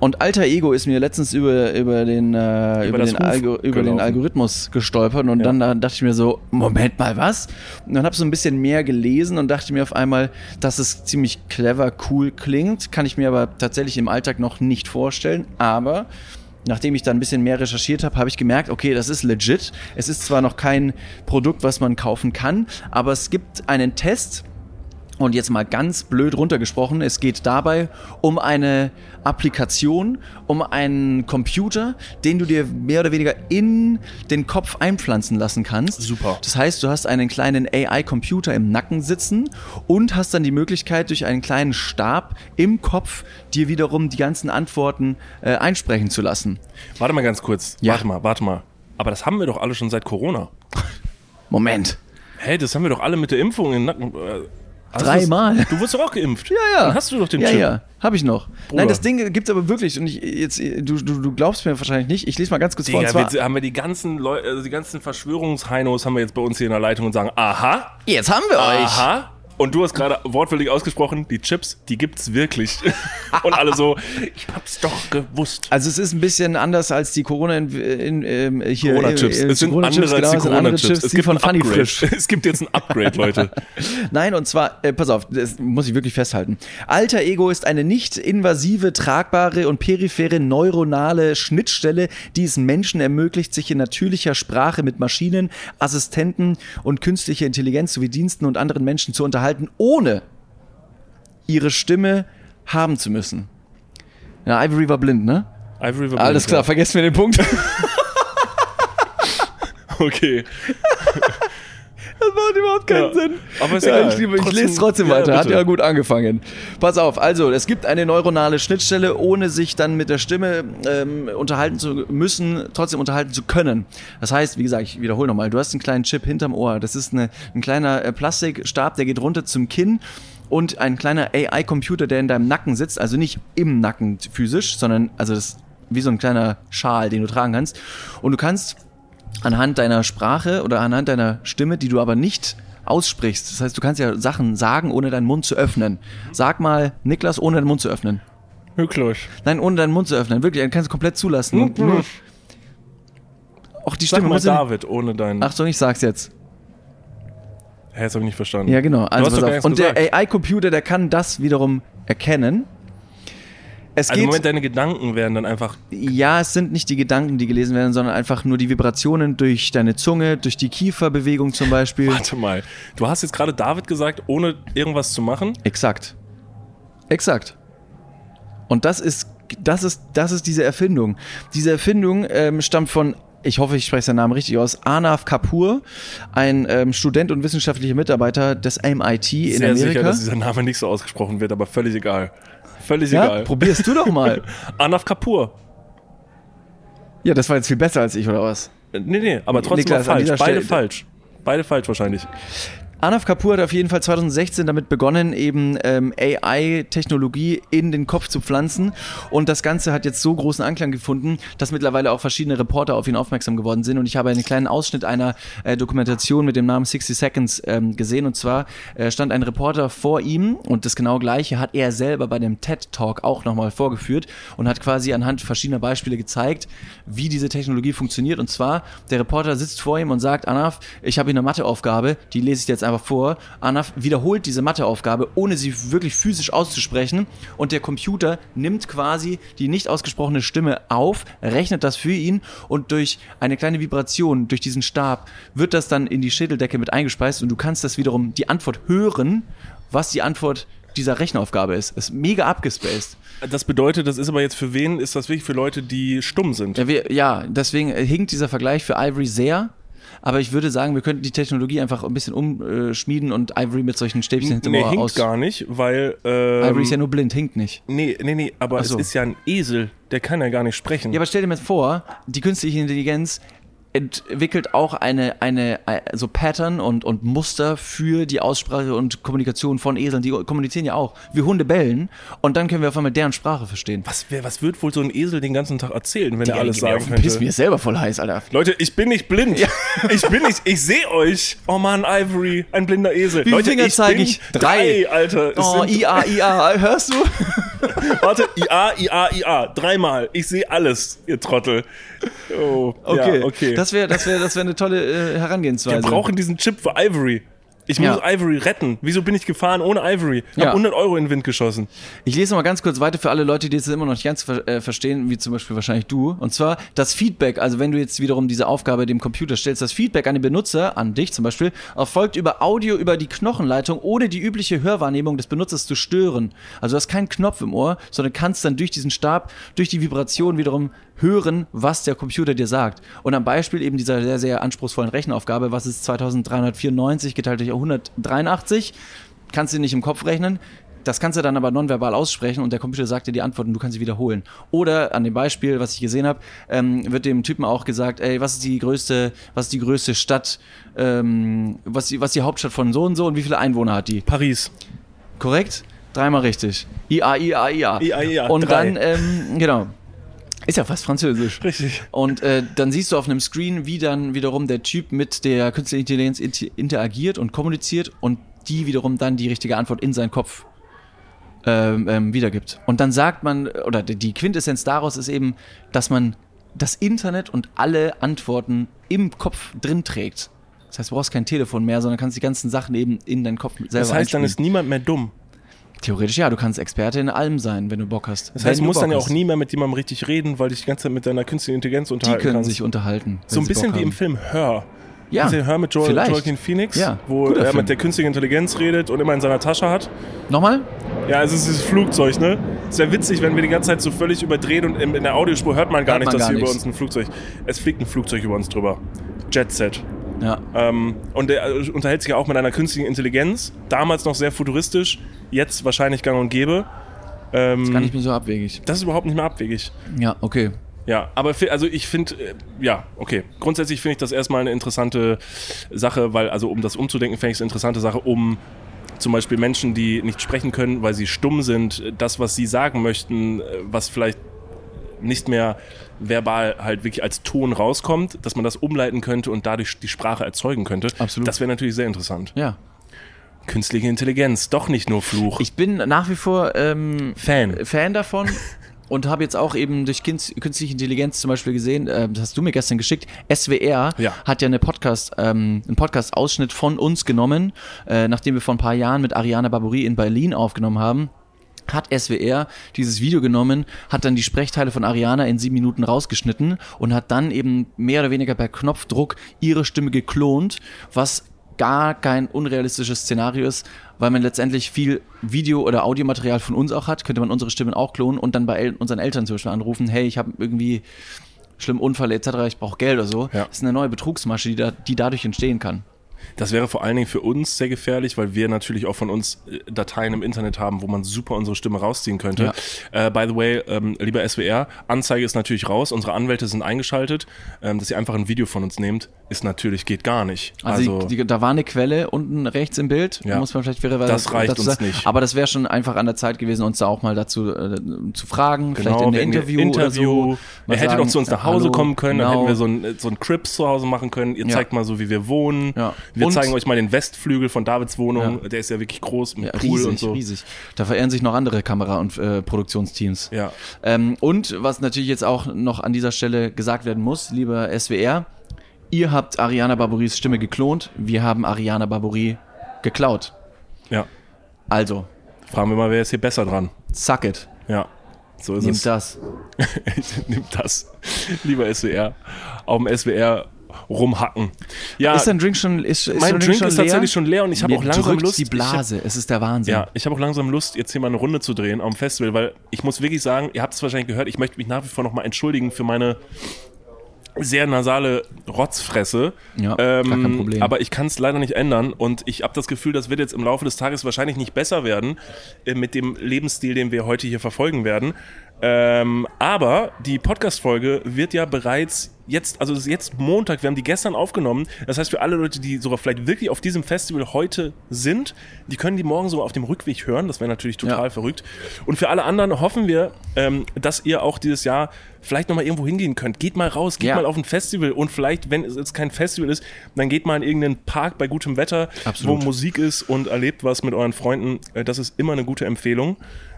Und Alter Ego ist mir letztens über, über den, äh, über das den, Huf Algo über den gelaufen. Algorithmus gestolpert und dann da dachte ich mir so, Moment mal, was? Und dann habe ich so ein bisschen mehr gelesen und dachte mir auf einmal, dass es ziemlich clever, cool klingt, kann ich mir aber tatsächlich im Alltag noch nicht vorstellen, aber nachdem ich da ein bisschen mehr recherchiert habe, habe ich gemerkt, okay, das ist legit. Es ist zwar noch kein Produkt, was man kaufen kann, aber es gibt einen Test, und jetzt mal ganz blöd runtergesprochen, es geht dabei um eine Applikation, um einen Computer, den du dir mehr oder weniger in den Kopf einpflanzen lassen kannst. Super. Das heißt, du hast einen kleinen AI-Computer im Nacken sitzen und hast dann die Möglichkeit, durch einen kleinen Stab im Kopf dir wiederum die ganzen Antworten äh, einsprechen zu lassen. Warte mal ganz kurz. Ja. Warte mal, warte mal. Aber das haben wir doch alle schon seit Corona. Moment. Hä, das haben wir doch alle mit der Impfung im Nacken. äh, hast Dreimal. du's- Du wurdest doch auch geimpft. Ja, ja. Dann hast du doch den ja, Chip. ja, habe ich noch. Nein, Bruder. das Ding gibt's aber wirklich und ich, jetzt du, du, du glaubst mir wahrscheinlich nicht. Ich lese mal ganz kurz vor. und Digga, zwar- wir, haben wir die ganzen Leu also die ganzen Verschwörungsheinos haben wir jetzt bei uns hier in der Leitung und sagen, aha, Jetzt haben wir euch. aha, Und du hast gerade wortwörtlich ausgesprochen, die Chips, die gibt's wirklich. Und alle so, ich hab's doch gewusst. Also es ist ein bisschen anders als die Corona in, in, ähm, hier. Corona-Chips. äh, äh, Es sind andere Corona-Chips, als genau, die es sind andere Corona-Chips. Chips, die von Funny Upgrade. Frisch. Es gibt jetzt ein Upgrade, Leute. Nein, und zwar, äh, pass auf, das muss ich wirklich festhalten. Alter Ego ist eine nicht invasive, tragbare und periphere neuronale Schnittstelle, die es Menschen ermöglicht, sich in natürlicher Sprache mit Maschinen, Assistenten und künstlicher Intelligenz sowie Diensten und anderen Menschen zu unterhalten, ohne ihre Stimme haben zu müssen. Ja, Ivory war blind, ne? Ivory war Alles klar, blind, vergessen wir den Punkt. Das ja. Okay. macht überhaupt Ja. Aber ist Ja, egal. ich, liebe- ich Trotzdem- lese trotzdem Ja, weiter. Hat bitte. ja gut angefangen. Pass auf, also es gibt eine neuronale Schnittstelle, ohne sich dann mit der Stimme ähm, unterhalten zu müssen, trotzdem unterhalten zu können. Das heißt, wie gesagt, ich wiederhole nochmal, du hast einen kleinen Chip hinterm Ohr. Das ist eine, ein kleiner äh, Plastikstab, der geht runter zum Kinn. Und ein kleiner AI-Computer, der in deinem Nacken sitzt, also nicht im Nacken physisch, sondern also das ist wie so ein kleiner Schal, den du tragen kannst. Und du kannst anhand deiner Sprache oder anhand deiner Stimme, die du aber nicht aussprichst. Das heißt, du kannst ja Sachen sagen, ohne deinen Mund zu öffnen. Sag mal, Niklas, ohne deinen Mund zu öffnen. Möglich. Nein, ohne deinen Mund zu öffnen. Wirklich, dann kannst du komplett zulassen. Hm, Und nur- Auch die Sag Stimme mal muss in- David ohne deinen. Ach, Achtung, ich sag's jetzt. hä, das hab ich nicht verstanden. Ja, genau. hast doch Also, gar pass nichts auf. Und gesagt. der AI-Computer, der kann das wiederum erkennen. Es Also geht, im Moment, deine Gedanken werden dann einfach. ja, es sind nicht die Gedanken, die gelesen werden, sondern einfach nur die Vibrationen durch deine Zunge, durch die Kieferbewegung zum Beispiel. Warte mal. Du hast jetzt gerade David gesagt, ohne irgendwas zu machen. Exakt. Exakt. Und das ist, das ist, das ist diese Erfindung. Diese Erfindung ähm, stammt von, ich hoffe, ich spreche seinen Namen richtig aus, Arnav Kapoor, ein ähm, Student und wissenschaftlicher Mitarbeiter des MIT in Sehr Amerika. sicher, dass dieser Name nicht so ausgesprochen wird, aber völlig egal. Völlig ja, egal. probierst du doch mal. Anaf Kapoor. ja, das war jetzt viel besser als ich, oder was? Äh, Nee, nee, aber trotzdem Niklas, war an falsch. dieser Beide Stelle- falsch. Beide falsch wahrscheinlich. Arnav Kapoor hat auf jeden Fall 2016 damit begonnen, eben ähm, AI-Technologie in den Kopf zu pflanzen. Und das Ganze hat jetzt so großen Anklang gefunden, dass mittlerweile auch verschiedene Reporter auf ihn aufmerksam geworden sind. Und ich habe einen kleinen Ausschnitt einer äh, Dokumentation mit dem Namen 60 Seconds ähm, gesehen. Und zwar äh, stand ein Reporter vor ihm und das genau gleiche hat er selber bei dem TED Talk auch nochmal vorgeführt und hat quasi anhand verschiedener Beispiele gezeigt, wie diese Technologie funktioniert. Und zwar, der Reporter sitzt vor ihm und sagt, Anaf, ich habe hier eine Matheaufgabe, die lese ich dir jetzt einfach vor. Anaf wiederholt diese Matheaufgabe, ohne sie wirklich physisch auszusprechen. Und der Computer nimmt quasi die nicht ausgesprochene Stimme auf, rechnet das für ihn und durch eine kleine Vibration, durch diesen Stab, wird das dann in die Schädeldecke mit eingespeist und du kannst das wiederum die Antwort hören, was die Antwort dieser Rechenaufgabe ist. Ist mega abgespaced. Das bedeutet, das ist aber jetzt für wen? Ist das wirklich für Leute, die stumm sind? Ja, wir, ja, deswegen hinkt dieser Vergleich für Ivory sehr. Aber ich würde sagen, wir könnten die Technologie einfach ein bisschen umschmieden und Ivory mit solchen Stäbchen hinterm nee, Ohr hinkt aus. gar nicht, weil. Ähm, Ivory ist ja nur blind, hinkt nicht. nee, nee, nee, aber so. es ist ja ein Esel, der kann ja gar nicht sprechen. Ja, aber stell dir mal vor, die künstliche Intelligenz entwickelt auch eine, eine äh, so Pattern und, und Muster für die Aussprache und Kommunikation von Eseln. Die kommunizieren ja auch. Wie Hunde bellen und dann können wir auf einmal deren Sprache verstehen. was, wer, was wird wohl so ein Esel den ganzen Tag erzählen, wenn er alles Digga, geh mir sagen auf den Piss, mir könnte? ist selber voll heiß, Alter. Leute, ich bin nicht blind. Ich bin nicht, ich sehe euch. Oh Mann, Ivory, ein blinder Esel. Wie viele Leute, Finger ich zeig bin ich? Drei, Alter. Es Oh, sind IA, IA, hörst du? Warte, IA, IA, IA. Dreimal. Ich sehe alles, ihr Trottel. Oh, Okay, Ja, okay. Das wäre das wär, das wär eine tolle äh, Wir Herangehensweise. brauchen diesen Chip für Ivory. Ich muss Ja. Ivory retten. Wieso bin ich gefahren ohne Ivory? Hab Ja. 100 Euro in den Wind geschossen. ich lese noch mal ganz kurz weiter für alle Leute, die das immer noch nicht ganz ver äh, verstehen, wie zum Beispiel wahrscheinlich du. Und zwar das Feedback, also wenn du jetzt wiederum diese Aufgabe dem Computer stellst, das Feedback an den Benutzer, an dich zum Beispiel, erfolgt über Audio über die Knochenleitung, ohne die übliche Hörwahrnehmung des Benutzers zu stören. Also du hast keinen Knopf im Ohr, sondern kannst dann durch diesen Stab, durch die Vibration wiederum hören, was der Computer dir sagt. Und am Beispiel eben dieser sehr, sehr anspruchsvollen Rechenaufgabe, was ist 2394 geteilt durch 183? kannst du nicht im Kopf rechnen. Das kannst du dann aber nonverbal aussprechen und der Computer sagt dir die Antwort und du kannst sie wiederholen. Oder an dem Beispiel, was ich gesehen habe, ähm, wird dem Typen auch gesagt, ey, was ist die größte, was ist die größte Stadt, ähm, was, die, was ist die Hauptstadt von so und so und wie viele Einwohner hat die? Paris. Korrekt? Dreimal richtig. IA, IA, IA. IA, IA, Und drei. dann, ähm, genau. Ist ja fast französisch. Richtig. Und äh, dann siehst du auf einem Screen, wie dann wiederum der Typ mit der künstlichen Intelligenz inter- interagiert und kommuniziert und die wiederum dann die richtige Antwort in seinen Kopf ähm, ähm, wiedergibt. Und dann sagt man, oder die- die Quintessenz daraus ist eben, dass man das Internet und alle Antworten im Kopf drin trägt. Das heißt, du brauchst kein Telefon mehr, sondern kannst die ganzen Sachen eben in deinen Kopf selber Das heißt, dann ist einspielen. niemand mehr dumm. Theoretisch ja, du kannst Experte in allem sein, wenn du Bock hast. Das Wenn heißt, du musst Bock dann ja hast. auch nie mehr mit jemandem richtig reden, weil dich die ganze Zeit mit deiner künstlichen Intelligenz Die unterhalten können kannst. sich unterhalten. wenn so ein sie bisschen Bock wie im haben. Film Hör. Ja, Kennst du den Hör mit Joel, vielleicht. Joaquin Phoenix, Ja, wo guter er Film. mit der künstlichen Intelligenz redet und immer in seiner Tasche hat. Nochmal? Ja, es ist dieses Flugzeug, ne? Es wäre witzig, wenn wir die ganze Zeit so völlig überdreht und in in der Audiospur hört man gar Hört nicht, man dass gar hier über nichts. uns ein Flugzeug. Es fliegt ein Flugzeug über uns drüber. Jet Set. Ja. Ähm, und er äh, unterhält sich ja auch mit einer künstlichen Intelligenz. Damals noch sehr futuristisch, jetzt wahrscheinlich gang und gäbe. Ähm, das, Gar nicht mehr so abwegig. ist überhaupt nicht mehr abwegig. Ja, okay. Ja, aber fi- also ich finde, äh, ja, okay. Grundsätzlich finde ich das erstmal eine interessante Sache, weil, also um das umzudenken, fände ich es eine interessante Sache, um zum Beispiel Menschen, die nicht sprechen können, weil sie stumm sind, äh, das, was sie sagen möchten, äh, was vielleicht nicht mehr verbal halt wirklich als Ton rauskommt, dass man das umleiten könnte und dadurch die Sprache erzeugen könnte. Absolut. Das wäre natürlich sehr interessant. Ja. Künstliche Intelligenz, doch nicht nur Fluch. Ich bin nach wie vor ähm, Fan. Fan davon und habe jetzt auch eben durch Kinz- künstliche Intelligenz zum Beispiel gesehen, äh, das hast du mir gestern geschickt, SWR Ja. hat ja eine Podcast, ähm, einen Podcast-Ausschnitt von uns genommen, äh, nachdem wir vor ein paar Jahren mit Ariana Barbouri in Berlin aufgenommen haben. Hat SWR dieses Video genommen, hat dann die Sprechteile von Ariana in sieben Minuten rausgeschnitten und hat dann eben mehr oder weniger per Knopfdruck ihre Stimme geklont, was gar kein unrealistisches Szenario ist, weil man letztendlich viel Video- oder Audiomaterial von uns auch hat, könnte man unsere Stimmen auch klonen und dann bei El unseren Eltern zum Beispiel anrufen, hey, ich habe irgendwie schlimmen Unfall etc., ich brauche Geld oder so. Ja. Das ist eine neue Betrugsmasche, die, da, die dadurch entstehen kann. Das wäre vor allen Dingen für uns sehr gefährlich, weil wir natürlich auch von uns äh, Dateien im Internet haben, wo man super unsere Stimme rausziehen könnte. Äh, by the way, ähm, lieber SWR, Anzeige ist natürlich raus, unsere Anwälte sind eingeschaltet. Ähm, dass ihr einfach ein Video von uns nehmt, ist natürlich, geht gar nicht. Also, Also, die, die, da war eine Quelle unten rechts im Bild, Ja. muss man vielleicht wäre Das reicht uns nicht. Aber das wäre schon einfach an der Zeit gewesen, uns da auch mal dazu äh, zu fragen, vielleicht in einem wegen Interview, oder so. Mal Er hätte sagen, äh, doch zu uns nach Hause hallo, kommen können, dann hätten genau. wir so ein, äh, so ein Crips zu Hause machen können. Ihr Ja. zeigt mal so, wie wir wohnen. Ja. Wir Und- zeigen euch mal den Westflügel von Davids Wohnung. Ja. Der ist ja wirklich groß mit ja, Pool riesig, und so. riesig. Da verehren sich noch andere Kamera- und äh, Produktionsteams. Ja. Ähm, und was natürlich jetzt auch noch an dieser Stelle gesagt werden muss, lieber SWR, ihr habt Ariana Barboris Stimme geklont, wir haben Ariana Barbouri geklaut. ja. Also, Fragen wir mal, wer ist hier besser dran? suck it, Ja, so ist es. nehmt das. Nimmt das. Lieber SWR. Auf dem SWR rumhacken. Ja, Ist dein Drink schon ist, ist Ah. mein dein Drink schon ist leer? tatsächlich schon leer und ich habe Mir auch langsam drückt Lust. die ich hab- Blase, es ist der Wahnsinn. Ja, ich habe auch langsam Lust, jetzt hier mal eine Runde zu drehen am Festival, weil ich muss wirklich sagen, ihr habt es wahrscheinlich gehört, ich möchte mich nach wie vor nochmal entschuldigen für meine sehr nasale Rotzfresse. Ja, ähm, gar kein Problem. Aber ich kann es leider nicht ändern und ich habe das Gefühl, das wird jetzt im Laufe des Tages wahrscheinlich nicht besser werden äh, mit dem Lebensstil, den wir heute hier verfolgen werden. Ähm, aber die Podcast-Folge wird ja bereits jetzt, also es ist jetzt Montag, wir haben die gestern aufgenommen. Das heißt, für alle Leute, die sogar vielleicht wirklich auf diesem Festival heute sind, die können die morgen sogar auf dem Rückweg hören. Das wäre natürlich total Ja. verrückt. Und für alle anderen hoffen wir, ähm, dass ihr auch dieses Jahr vielleicht nochmal irgendwo hingehen könnt. Geht mal raus, geht Ja. mal auf ein Festival und vielleicht, wenn es jetzt kein Festival ist, dann geht mal in irgendeinen Park bei gutem Wetter, Absolut. wo Musik ist und erlebt was mit euren Freunden. Äh, Das ist immer eine gute Empfehlung.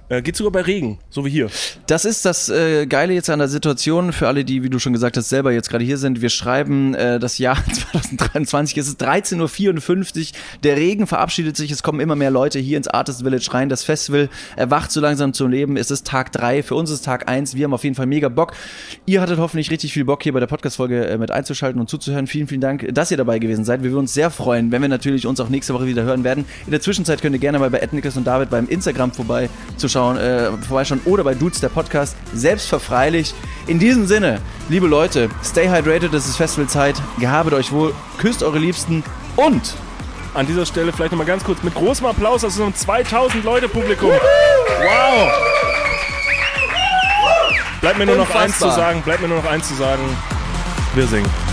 Äh, Geht sogar bei Regen, so wie hier. Das ist das äh, Geile jetzt an der Situation für alle, die, wie du schon gesagt hast, selber jetzt gerade hier sind. Wir schreiben äh, das Jahr 2023, es ist 13.54 Uhr, der Regen verabschiedet sich, es kommen immer mehr Leute hier ins Artist Village rein, das Festival erwacht so langsam zum Leben, es ist Tag drei. für uns ist Tag eins. wir haben auf jeden Fall mega Bock. Ihr hattet hoffentlich richtig viel Bock, hier bei der Podcast-Folge äh, mit einzuschalten und zuzuhören. Vielen, vielen Dank, dass ihr dabei gewesen seid. Wir würden uns sehr freuen, wenn wir natürlich uns auch nächste Woche wieder hören werden. In der Zwischenzeit könnt ihr gerne mal bei Etnikis und David beim Instagram vorbei zu schauen, äh, vorbeischauen oder bei Dudes, der Podcast, selbst verfreilich. In diesem Sinne, liebe Leute, stay hydrated, es ist Festivalzeit, gehabet euch wohl, küsst eure Liebsten und An dieser Stelle vielleicht nochmal ganz kurz mit großem Applaus aus unserem 2000 Leute Publikum. Wow! Bleibt mir nur noch eins zu Unfassbar. sagen, bleibt mir nur noch eins zu sagen. Wir singen.